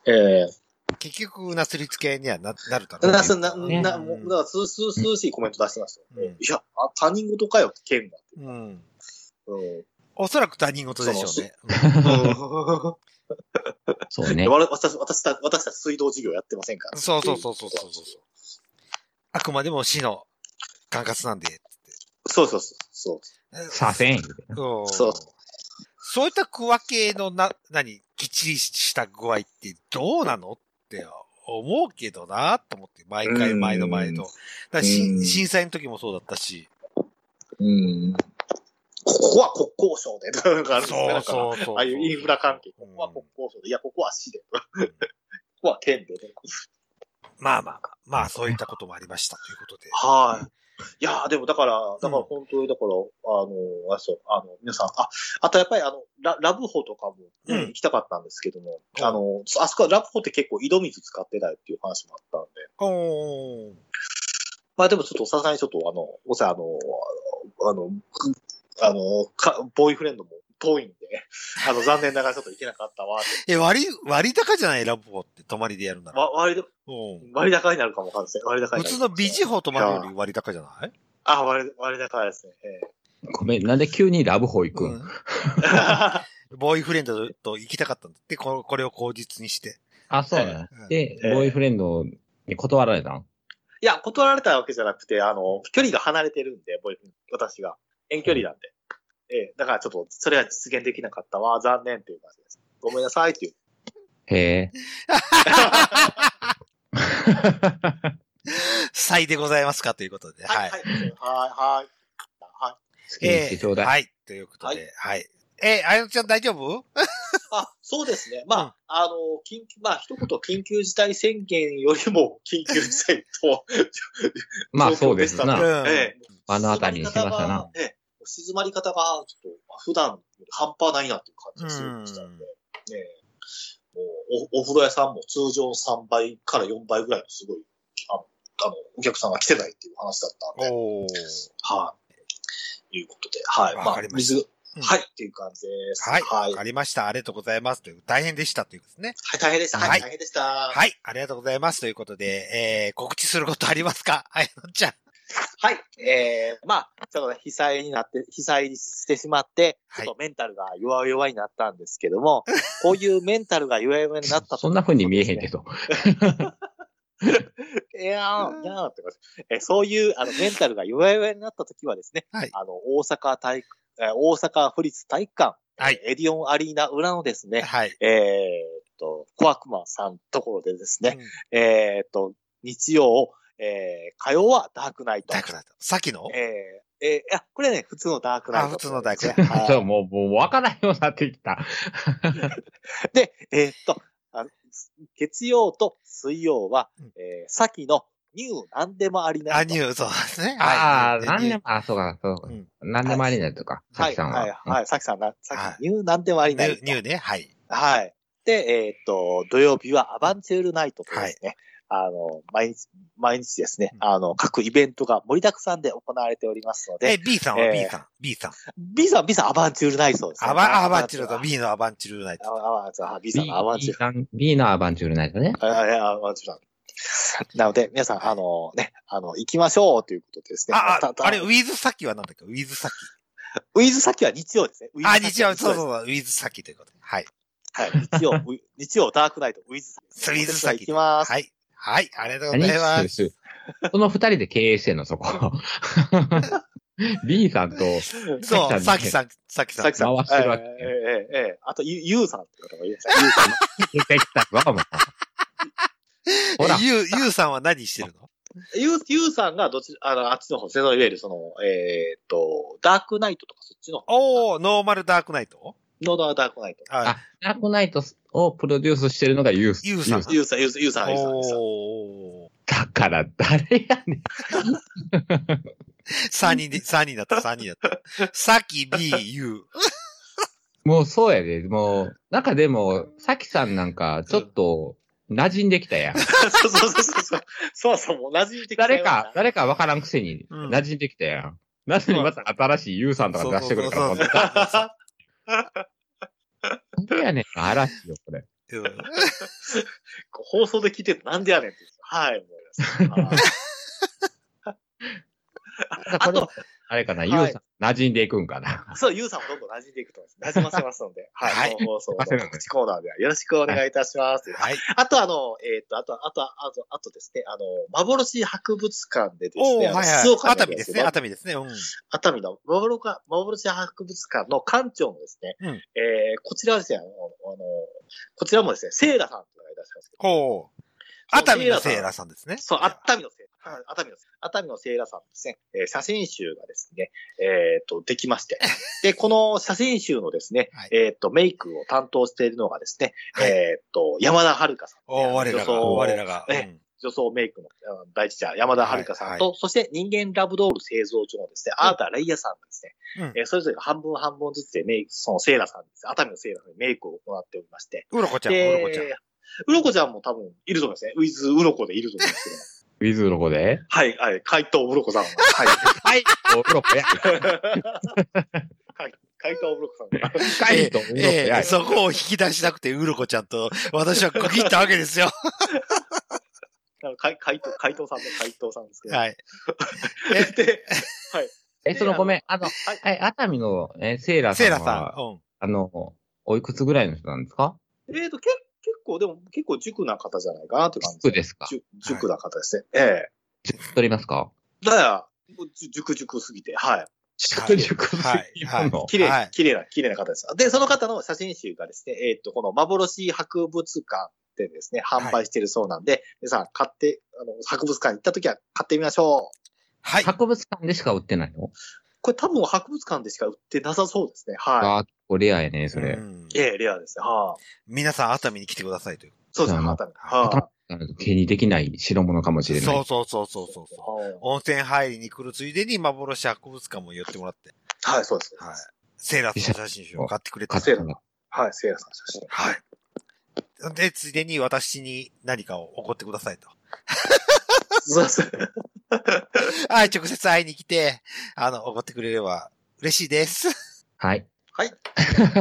S3: え
S1: 結局、なすりつけにはななるだ
S3: ー、
S1: ろうね
S3: な、な、
S1: うん
S3: な、もうだから、す、す、涼しいコメント出してましたよ。
S1: うん
S3: いや、あ他人事かよって県が。
S1: うん。
S3: うん
S1: おそらく他人事でしょうね。
S2: そうね
S3: で。われ私たち私た私たち水道事業やってませんから。
S1: そうそうそうそうそうそう。あくまでも市の管轄なんで。
S3: そうそうそうそう。
S2: させ
S1: う
S2: ん。
S1: ん
S3: そう
S1: そういった区分けのな、何、きっちりした具合ってどうなのって思うけどなと思って、毎回
S3: うん
S1: 毎度毎度。だから
S3: う
S1: し
S3: ん
S1: 震災の時もそうだったし。
S3: うん。ここは国交省で、とかなんかあるんですね。なんか
S1: うそ
S3: ああいうインフラ関係、ここは
S1: うん
S3: 国交省で、いや、ここは市で、ここは県で、ね。
S1: まあまあまあ、まあそういったこともありましたということで。
S3: はい。いやーでもだから、だから本当に、だから、あの、あれそう、あの、皆さん、あ、あとやっぱりあの、ララブホとかも、
S1: うん
S3: 行きたかったんですけども、
S1: うん
S3: あの、あそこはラブホって結構井戸水使ってないっていう話もあったんで、
S1: おー
S3: まあでもちょっとさすがにちょっとあの、おさ、あの、あの、くあの、かボーイフレンドも遠いんで、あの、残念ながらちょっと行けなかったわって。
S1: え、割り、割高じゃないラブホって泊まりでやるなら。
S3: わ割
S1: うん
S3: 割高になるかもわかんないですね。割
S1: 普
S3: 高になる
S1: 通
S3: か
S1: の
S3: も
S1: 美人ホ泊まるより割高じゃない
S3: あ、割割高ですね。え
S2: ごめん、なんで急にラブホ行く
S1: うん
S2: ん。
S1: ボーイフレンドと行きたかったんだって、ここれを口実にして。
S2: あ、そうなの
S1: うん
S2: で、
S3: ええ
S2: ボーイフレンドに断られたん
S3: いや、断られたわけじゃなくて、あの、距離が離れてるんで、ボーイフレンド私が。遠距離なんで。ええ、だからちょっと、それは実現できなかったわ。残念っていう感じです。ごめんなさいっていう。
S2: へえ。
S1: 祭でございますかということで。はい。
S3: はい、はい、はい。はい。
S2: 好きにしてちょうだい。、
S1: はい。ということで、はい。え、あやのちゃん大丈夫
S3: あ、そうですね。まあ、あの、緊急、まあ、一言、緊急事態宣言よりも緊急事態と
S2: まあそうですな
S3: 状況したねええ
S2: 目の当たりにしましたな。
S3: 静まり方がええ静まり方が、ちょっと、まあ普段より半端ないなっていう感じがするんでしたんで、ねえもうお、お風呂屋さんも通常3倍から4倍ぐらいのすごい、あの、あのお客さんが来てないっていう話だったんで、
S1: おー。
S3: はい。いうことで、はい。
S1: わかりました
S3: 水、
S1: うん
S3: はい、っていう感じです。
S1: はい。
S3: は
S1: わ
S3: い。
S1: かりました。ありがとうございます。という大変でしたということですね。
S3: はい大変でした。
S1: は
S3: はいい、大変でした。はい。
S1: はい。ありがとうございます。ということで、えー、告知することありますか あやのちゃん。
S3: はい。えー、まあ、ちょっとね、被災になって、被災してしまって、
S1: はい
S3: ちょっとメンタルが弱々になったんですけ ども、こういうメンタルが弱々になった
S2: そんな風に見えへんけ
S3: ど。
S2: ど。
S3: いやー、いやーって感じえーそういう、あの、メンタルが弱々になった時はですね、
S1: はい
S3: あの、大阪体育、えー大阪府立体育館、
S1: はい
S3: エディオンアリーナ裏のですね、
S1: はい。
S3: えーっと、小悪魔さんところでですね、
S1: うん
S3: えーっと、日曜、えー、火曜はダークナイト。
S1: ダークナイト。さっきの
S3: えー、えー、いや、これね、普通のダークナイ
S1: あ、
S3: ト。
S1: 普通の大学。
S3: はい
S2: そう、 もう、もう分からんようになってきた。
S3: で、えーっとあの、月曜と水曜は、
S1: うん
S3: えー、先のニュー何でもありな
S1: あ、
S3: い
S1: ニュー、そうですね。
S2: ああ、なん
S1: ニュ
S2: で
S1: ー
S2: も、あ、そうか、そうか
S1: うん。
S2: なんでもありないとか、さ
S3: は
S2: き
S3: い、
S2: さん
S3: はい、
S2: は。
S3: はい、さきさんな、
S1: は
S3: さ
S1: い
S3: き、ニュー何でもありな
S1: ニ
S3: い
S1: ュー、ニューね。はい。
S3: はい。で、えーっと、土曜日はアバンチュールナイトというですね、あの、毎日、毎日ですね
S1: う、ん
S3: あの、各イベントが盛りだくさんで行われておりますの
S1: え、
S3: で、
S1: B さんは
S3: えー
S1: B さん。B さん。
S3: ビザ、ビザアバンチュールナイトですね。
S1: アバ、アバンチュル
S3: だ
S1: と B のアバンチュルナイ
S3: ア
S1: ト。
S3: バンチュール、ビザ
S2: B,
S3: のアバンチュール
S2: B さん B のアバンチュールナイトね。
S3: ああいや、もちろん。なので、皆さん、あのね、あの、行きましょうということでですね。
S1: あ、あ
S3: た、た
S1: あれ、ウィズサキはなんだっけウィズサキ。
S3: ウィズ先は日曜ですね。ウィズ
S1: あ、
S3: 先は
S1: 日曜、そうそう
S3: う。
S1: そう、ウィズサキということで。はい。
S3: はい、日曜、ウィ 日曜、ダークナイト、ウィズ
S1: ウィズ
S3: 先
S1: サ
S3: 行
S1: キ。
S3: きます。
S1: はい。はい、ありがとうござい
S2: 何
S1: ま。
S2: ですすその二人で経営してんの、そこ。B さんと、
S1: そう、サ
S2: サ
S1: キ
S2: キ
S1: さ
S2: さ
S1: ん、サキさ
S3: さ
S1: ん
S3: き。さ ん。
S2: 回してるわけ
S3: ええええええあと、ゆ、ゆうさんって方がいいで すね。ゆうさん。
S2: 出てきたわ、もう。ほら
S1: え、ゆう、ゆうさんは何してるの
S3: ゆう、ゆうさんがどっち、あの、あっちの方、いわゆるその、えーっと、ダークナイトとかそっちの方、
S1: おー、ノーマルダークナイト
S3: ノーダーダークナイト。
S1: はい
S2: あ。ダークナイトをプロデュースしてるのがユース。
S1: ユーさん
S2: ユ
S3: ゆうさん、ゆうさん、ゆうさん、ゆうさん。ゆうさん
S1: おー。
S2: だから誰やねん。
S1: 3人で、3人だった、3人だった。サキ、B、U。
S2: もうそうやで。もう、なんかでも、サキさんなんか、ちょっと、馴染んでき たやん。
S3: そうそうそうそう。そうそう、同じ
S2: 誰か、誰かわからんくせに、
S1: うん
S2: 馴染んできたやん。なのにまた新しいユーさんとか出してくるから、
S1: そう
S2: も
S1: そうう
S2: 誰やねん、嵐よ、これ。
S1: うん
S3: 放送で聞いててなんでやねんって。はい、思いました。
S2: あと、あれかな、
S3: はい
S2: ユーさん、馴染んでいくんかな。
S3: あそう、ゆうさんもどんどん馴染んでいくと思います。馴染ませますので、はい、
S1: はい
S3: この放送の 告知コーナーではよろしくお願いいたします。
S1: はい。
S3: あと、あの、えっ、と、あと、あと、あと、あとですね、あの、幻博物館でです
S1: おー、
S3: ね、
S1: は
S3: あ
S1: い
S3: の
S1: は
S3: 静
S1: い。
S3: 岡
S1: 熱
S3: 県
S1: 海です
S3: ね
S1: ね、熱海ですね。うん。
S3: 熱海の幻か幻博物館の館長のですね、
S1: うん
S3: えーこちらはですね、あの、あのこちらもですね、セイラさんというのがいらっしゃいますけど、
S1: ほう。熱海のセーラさんですね。
S3: そう、熱海のセイラ、あ熱海のセイラ、熱海のセイラさんですね、えー写真集がですね、えっ、と、できま して、で、この写真集のですね、
S1: はい
S3: えっ、と、メイクを担当しているのがですね、
S1: はい
S3: えっ、と、山田遥さん。
S1: おー、我ら
S3: 女
S1: が、
S3: 装
S1: 我らが。う
S3: え
S1: ん
S3: 女装メイクのあの第一者、山田遥さんと、
S1: は
S3: そして人間ラブドール製造所のですね、アーターレイヤーさんがですね、
S1: うん
S3: えーそれぞれが半分半分ずつでメイク、そのセイラさんです。熱海のセイラさんにメイクを行っておりまして。
S1: うろこちゃん、うろこちゃん。
S3: で、うろこちゃんも多分いると思いますね。ウィズうろこでいると思うんですけど。
S2: ウィズの子で。
S3: はい、はい、怪盗ブロコさん。 はい。
S2: はい。お風呂や。
S3: 怪怪盗ブロコさん。
S2: 深いとお風呂
S1: ええ
S2: や。
S1: そこを引き出したくて、うろこちゃんと私は区切ったわけですよ。
S3: なんか怪怪盗、怪盗さんの怪盗さんですけど。
S1: はい。
S3: で、
S2: え、そのごめん、あの、
S3: はい
S2: え、熱海の、え、セイラさ
S1: セイ
S2: ん
S1: ラ
S2: は、
S1: さん。うん。
S2: あの、おいくつぐらいの人なんですか
S3: えっ、と、け結構、でも結構塾な方じゃないかなって感じ。
S2: 塾ですか
S3: 塾塾な方ですね。え
S2: 塾取りますか
S3: えだから、もうじゅ塾塾すぎて、はい。
S1: はい
S2: 塾
S1: はいはい
S2: の
S3: 綺
S1: は
S3: 麗
S1: い、
S3: 綺麗な、綺麗な方です。で、その方の写真集がですね、えっ、と、この幻博物館でですね、販売してるそうなんで、皆さん買って、あの、博物館に行った時は買ってみましょう。
S1: はい。
S2: 博物館でしか売ってないの
S3: これ多分博物館でしか売ってなさそうですね。はい。
S2: ああ、おレアやね、それ。
S1: うん
S3: ええ、レアですね。はい。
S1: 皆さん熱海に来てくださいという。
S3: そうですね、
S2: そう
S3: 熱海。は
S2: 手にできない代物かもしれない。
S1: そうそうそうそう
S3: い
S1: そう。
S3: はい
S1: 温泉入りに来るついでに幻博物館も寄ってもらって。
S3: はい、そうです。
S1: はい。セーラスの写真集を買ってくれて。
S2: 買ったの
S3: はい、せいやさんの写真。
S1: はい。で、ついでに私に何かを怒ってくださいと。
S3: そうですね。
S1: はい、直接会いに来て、あの、怒ってくれれば嬉しいです。
S2: はい。
S3: はい。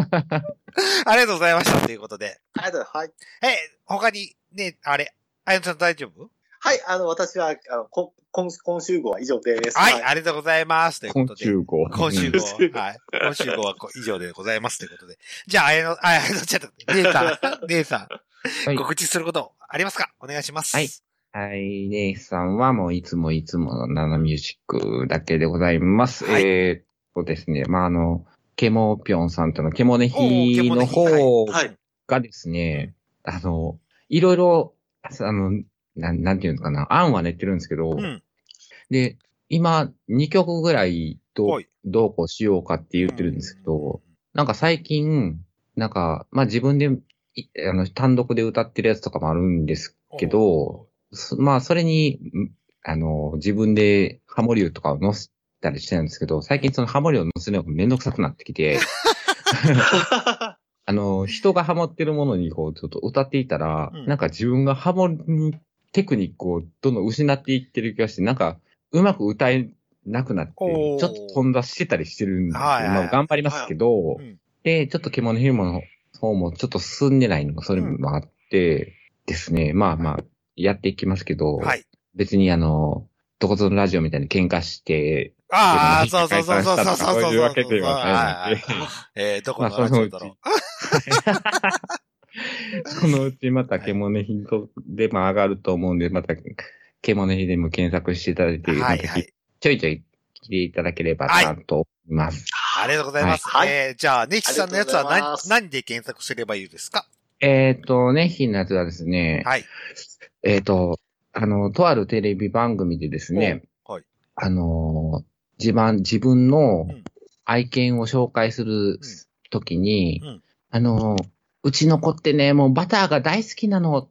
S1: ありがとうございましたということで。
S3: ありがとうございます。はい。
S1: え、他に、ね、あれ、あやのさん大丈夫
S3: はい、あの、私は、あの、こ今今週号は以上です。
S1: はい、 ありがとうございます。というこ
S2: 昆
S1: とで。
S2: 虫号。
S1: 今週
S2: うん
S1: 号。はい。今週号はこ以上でございます。ということで。じゃあ、あやの、あやのちゃん、姉さん、姉さん、
S2: はい
S1: 告知することありますかお願いします。
S2: はいはい、姉さんはもういつもいつものナナミュージックだけでございます。
S1: はい
S2: えーっとですね、まあ、あの、ケモピョンさんとのケモネ
S1: おーケ
S2: ヒ
S1: モネ
S2: の
S1: ヒ
S2: 方
S3: はいはい
S2: がですね、あの、いろいろ、あの、なんなんていうのかな、案は練ってるんですけど、
S1: うん。
S2: で、今、2曲ぐらいど
S1: は
S2: う
S1: い
S2: どうこうしようかって言ってるんですけど、なんか最近、なんか、まあ自分で、いあの、単独で歌ってるやつとかもあるんですけど、そまあそれに、んあの、自分でハモリュとかを載せたりしてるんですけど、最近そのハモリュを載せるのがめんどくさくなってきて、 あの、人がハマってるものにこう、ちょっと歌っていたら、
S1: うん
S2: なんか自分がハモるテクニックをどんどん失っていってる気がして、なんか、うまく歌えなくなって、ち
S1: お
S2: ょ
S1: ー
S2: っと飛んだしてたりしてるんですよ。
S1: はいはいはい
S2: まあ頑張りますけど、
S1: うん
S2: で、ちょっと獣ヒルモの方もちょっと進んでないのが、それもあって、ですね、まあまあ、やっていきますけど、
S1: はい。
S2: 別にあの、どこぞのラジオみたいに喧嘩して、
S1: ああ、そうそうそうそうそうそう。
S2: そういうわけではないので
S1: ははえー、どこのラジオだろう。
S2: そのうちまた獣ヒでも上がると思うんで、また、獣ヒでも検索していただいて、
S1: は
S2: ま
S1: い
S2: た
S1: はい。
S2: ちょいちょい来ていただければなと思います。
S1: ありがとうございます。
S3: はい
S1: えー、じゃあ、ネキさんのやつは
S3: ありがとうござい
S1: 何
S3: ま、す
S1: 何で検索すればいいですか
S2: えっ、とね、ひのやつはですね、
S1: はい。
S2: えっ、と、あの、とあるテレビ番組でですね、
S1: おはい
S2: あのー、自慢、自分の
S1: うん
S2: 愛犬を紹介するときに、
S1: うんうん
S2: あのー、うちの子ってね、もうバターが大好きなの。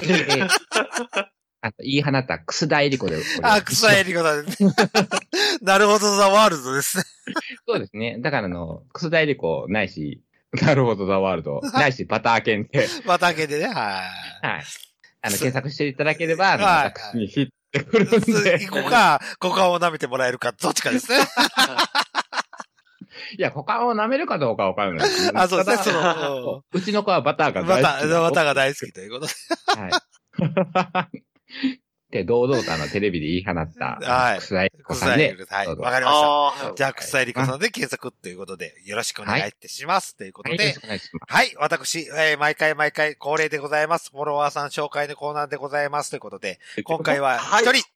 S2: で あと言い放った、楠田絵理子で。
S1: あ、草やり方です。 なるほど、ザ・ワールドですね。
S2: そうですね。だからあの、楠田絵理子ないし、なるほど、ザワール ド。ないし、バター犬で。
S1: 畑でね、は
S2: はい。あの、検索していただければ、あの
S1: はい
S2: 私にヒッてく
S1: い。
S2: るんで。
S1: ここか、股間を舐めてもらえるか、どっちかですね。
S2: いや、股間を舐めるかどうかわからない。
S1: あ、そうですね、
S2: た
S1: そ
S2: だ
S1: の、
S2: うちの子はバターが
S1: バ
S2: 大
S1: タ
S2: 好き。
S1: ー、バターが大好きということで。
S2: はい。 で、堂々とあの、テレビで言い放った、
S1: はい
S2: 草井子さ
S1: 草
S2: ん
S1: や
S2: で
S1: り、方。はい。
S2: どうぞ
S1: わかりました。
S3: ああ、
S1: じゃあ、草やり方さんで検索ということで、よろしくお願いいたします。というこ
S2: は
S1: と
S2: いよろ
S1: で
S2: し、くお願いしま
S1: はい。私、えー毎回毎回恒例でございます。フォロワーさん紹介のコーナーでございます。ということで、
S2: す。
S1: 今回
S2: は。
S1: は
S3: はい
S1: 一人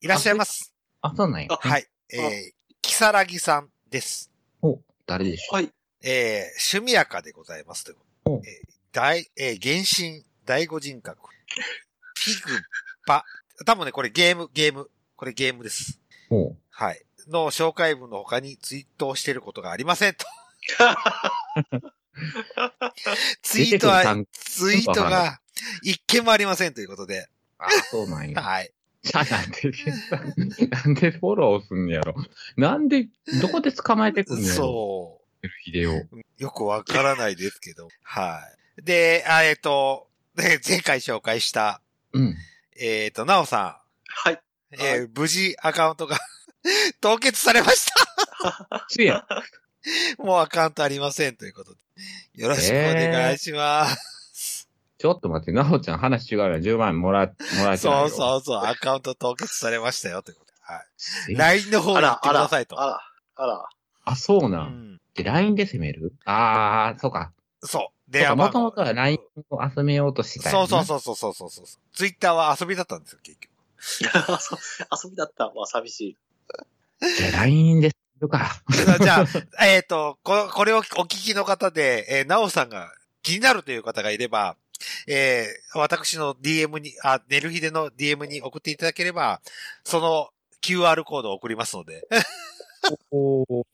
S1: いらっしゃいます。
S2: あ、そうなんや。
S3: あ
S1: はい。えー、キサラギさんです。
S2: お、誰でしょ
S3: はい。
S1: えー、趣味やかでございます。ということでえー大、えー、原神、第五人格。ピグ、バ。多分ね、これゲーム、ゲーム。これゲームです。
S2: う。お
S1: はい。の紹介文の他にツイートをしていることがありません と。ツイート
S2: 出てくる
S1: は
S2: 単、
S1: ツイートが一件もありませんということで。
S2: あ、そうなん や。
S1: はい。
S2: じゃあなんで検索、なんでフォローすんのやろ。なんで、どこで捕まえてくんのやろ。
S1: そ
S2: ヒデを。
S1: う。よくわからないですけど。はい。で、あえっ、と、ね前回紹介した、
S2: うん。
S1: えっ、と、なおさ
S3: はい。
S1: ん、えー無事アカウントが 凍結されまし
S2: つやん。
S1: た。 もうアカウントありませんということで。よろしくお願いします。
S2: ちょっと待って、なおちゃん話違うよ。10万円もら、もらえてない
S1: そ
S2: よ
S1: うそうそう、 アカウント凍結されましたよということで。はい。
S2: え
S1: LINE の方
S3: あ
S1: に行っ
S3: ら、
S1: て
S3: あ
S1: く
S3: ら
S1: だ、さいと。
S3: あら、あら。
S2: あ、そう
S1: う
S2: なん。
S1: ん、
S2: で、LINE で攻めるああ、そうか。
S1: そう。
S2: そう
S1: で、
S2: か、
S1: まあ
S2: もともとは LINE を集めようとしてた
S1: そうそう
S2: う。
S1: そうそうそうそうそう。ツイッターは遊びだったんですよ、結局。
S3: 遊びだったわ、寂しい。
S2: じゃあ LINE でするか。
S1: じゃあ、えっ、とこ、これをお聞きの方で、えー、なおさんが気になるという方がいれば、えー私の DM に、あ、寝る日での DM に送っていただければ、その QR コードを送りますので。
S2: おー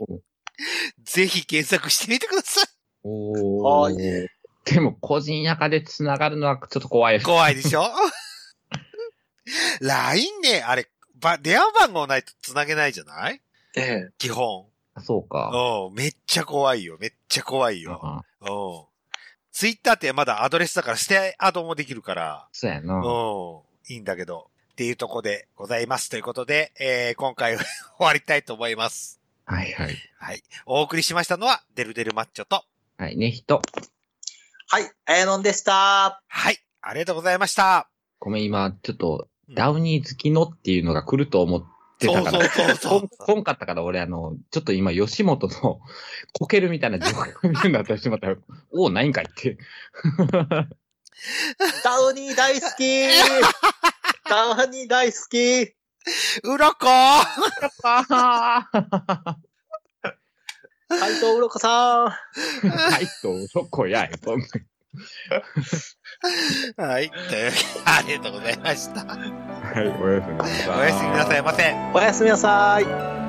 S1: ぜひ検索してみてください。
S2: お
S3: は
S2: ーでも、個人やかで繋がるのはちょっと怖いです。
S1: 怖いでしょ ?LINE ね、あれ、ば、電話番号ないと繋げないじゃない
S3: ええ。
S1: 基本。
S2: そうか。
S1: うん、めっちゃ怖いよ。めっちゃ怖いよ。
S2: あ
S1: うん。ツイッターってまだアドレスだから、捨てアドもできるから。
S2: そうやな。
S1: うん、いいんだけど。っていうとこでございます。ということで、えー、今回は 終わりたいと思います。
S2: はいはい。
S1: はい。お送りしましたのは、デルデルマッチョと。
S2: はい、ね、人。
S3: はい、あやのんでした。
S1: はい。ありがとうございました。
S2: ごめん、今、ちょっと、
S1: うん
S2: ダウニー好きのっていうのが来ると思って
S1: そ
S2: た
S1: う
S2: か
S1: そう
S2: ら。
S1: そうそう。
S2: こんかったから、俺、あの、ちょっと今、吉本の、こけるみたいな状況見るんだったらしまったら、おう、ないんかいって。
S3: ダウニー大 好きダウニー大好き
S1: うろこ
S2: は
S3: 斎藤うろこさん
S2: い、と、そこやい。そんな
S1: はい。というわけでありがとうございました。
S2: はい、おやすみなさい。
S1: おやすみなさいませ。
S3: おやすみなさい